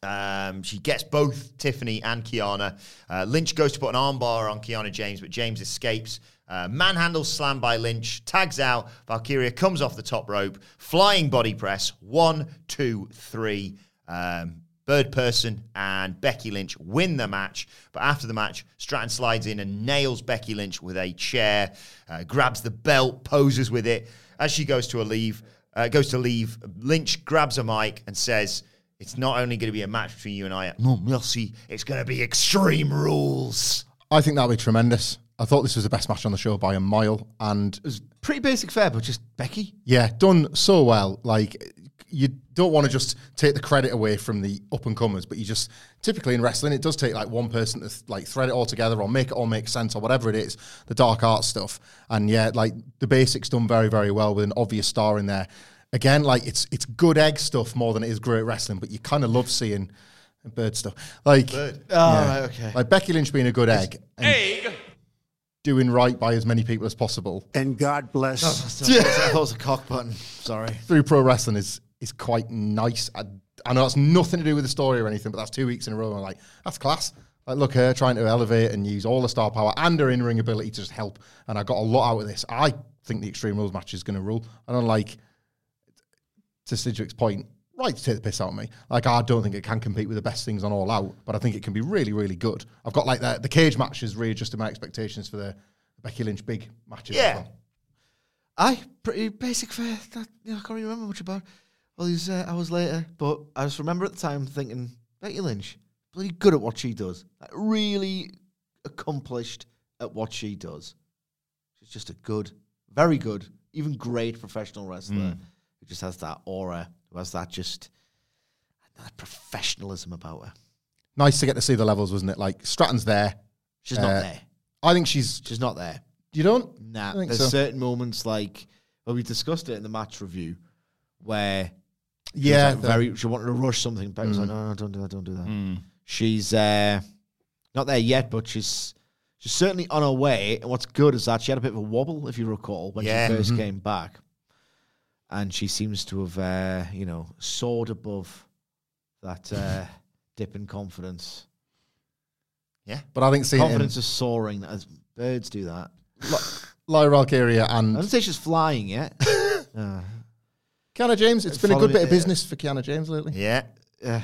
Um, she gets both Tiffany and Kiana. Uh, Lynch goes to put an armbar on Kiana James, but James escapes. Uh, manhandle slam by Lynch, tags out. Valkyria comes off the top rope, flying body press. One, two, three. Um, Bird Person and Becky Lynch win the match. But after the match, Stratton slides in and nails Becky Lynch with a chair, uh, grabs the belt, poses with it. As she goes to a leave, uh, goes to leave, Lynch grabs a mic and says, it's not only going to be a match between you and I. No mercy. It's going to be extreme rules. I think that'll be tremendous. I thought this was the best match on the show by a mile. And Pretty basic fare, but just Becky. yeah, done so well. Like, you don't want to just take the credit away from the up and comers, but you just typically in wrestling, it does take like one person to th- like thread it all together or make it all make sense or whatever it is, the dark art stuff. And yeah, like the basics done very, very well with an obvious star in there. Again, like it's it's good egg stuff more than it is great wrestling, but you kind of love seeing bird stuff. Like, Oh, right, okay. like Becky Lynch being a good egg and doing right by as many people as possible And God bless. That was a cock button. Sorry. through pro wrestling is is quite nice. I, I know that's nothing to do with the story or anything, but that's two weeks in a row. And I'm like, that's class. Like, look, her trying to elevate and use all the star power and her in ring ability to just help. And I got a lot out of this. I think the Extreme Rules match is going to rule. I don't like, to Sidgwick's point, right to take the piss out of me. Like, I don't think it can compete with the best things on All Out, but I think it can be really, really good. I've got like the, the cage matches readjusted my expectations for the Becky Lynch big matches. as Yeah. well. I pretty basic fare. That, you know, I can't really remember much about all these uh, hours later, but I just remember at the time thinking Becky Lynch, bloody good at what she does. Like, really accomplished at what she does. She's just a good, very good, even great professional wrestler Hmm. who just has that aura, who has that just that professionalism about her. Nice to get to see the levels, wasn't it? Like, Stratton's there. She's Uh, not there. I think she's She's not there. You don't? Nah, I think there's so. certain moments like well, we discussed it in the match review where she was, Yeah, like, the- very she wanted to rush something, but it was like, no, no, don't do that, don't do that. She's uh, not there yet, but she's she's certainly on her way. And what's good is that she had a bit of a wobble, if you recall, when Yeah. she 1st came back, and she seems to have uh, you know soared above that uh, dip in confidence. But I think seeing Confidence confidence is soaring as birds do that. Lyra Valkyria I don't and say she's flying yet. Uh, Kiana James. It's been a Follow good bit of it, yeah. business for Kiana James lately. Yeah. Yeah.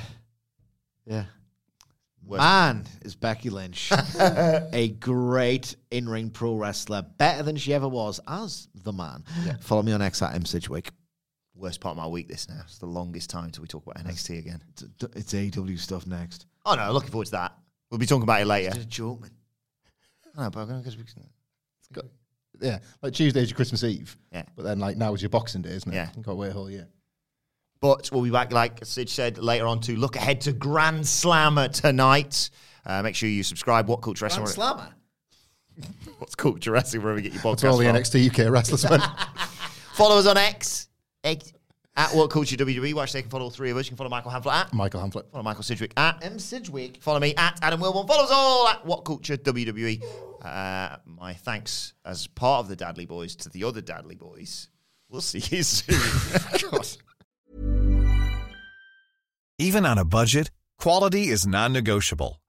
Yeah. Worst- Man is Becky Lynch. a great in ring pro wrestler, better than she ever was as the man. Follow me on X at M Sidgwick. Worst part of my week this now. It's the longest time till we talk about NXT again. D- d- It's AW stuff next. Oh no, looking forward to that. We'll be talking about it later. Just a joke, man. I know, but I'm gonna go to- Yeah, like Tuesday's your Christmas Eve. Yeah. But then like now is your Boxing Day, isn't it? Yeah. You've got to wait a whole year. But we'll be back, like Sid said, later on to look ahead to Grand Slammer tonight. Uh, make sure you subscribe. What Culture Wrestling? where- Slammer. What's Culture Wrestling? Wherever you get your podcast That's all the from. NXT UK wrestlers went. Follow us on X, X At What Culture WWE, watch they can follow all three of us. You can follow Michael Hamlet at Michael Hamlet. Follow Michael Sidgwick at M. Sidgwick. Follow me at Adam Wilborn. Follow us all at What Culture WWE. Uh, my thanks as part of the Dadley Boys to the other Dadley Boys. We'll see you soon. Even on a budget, quality is non-negotiable.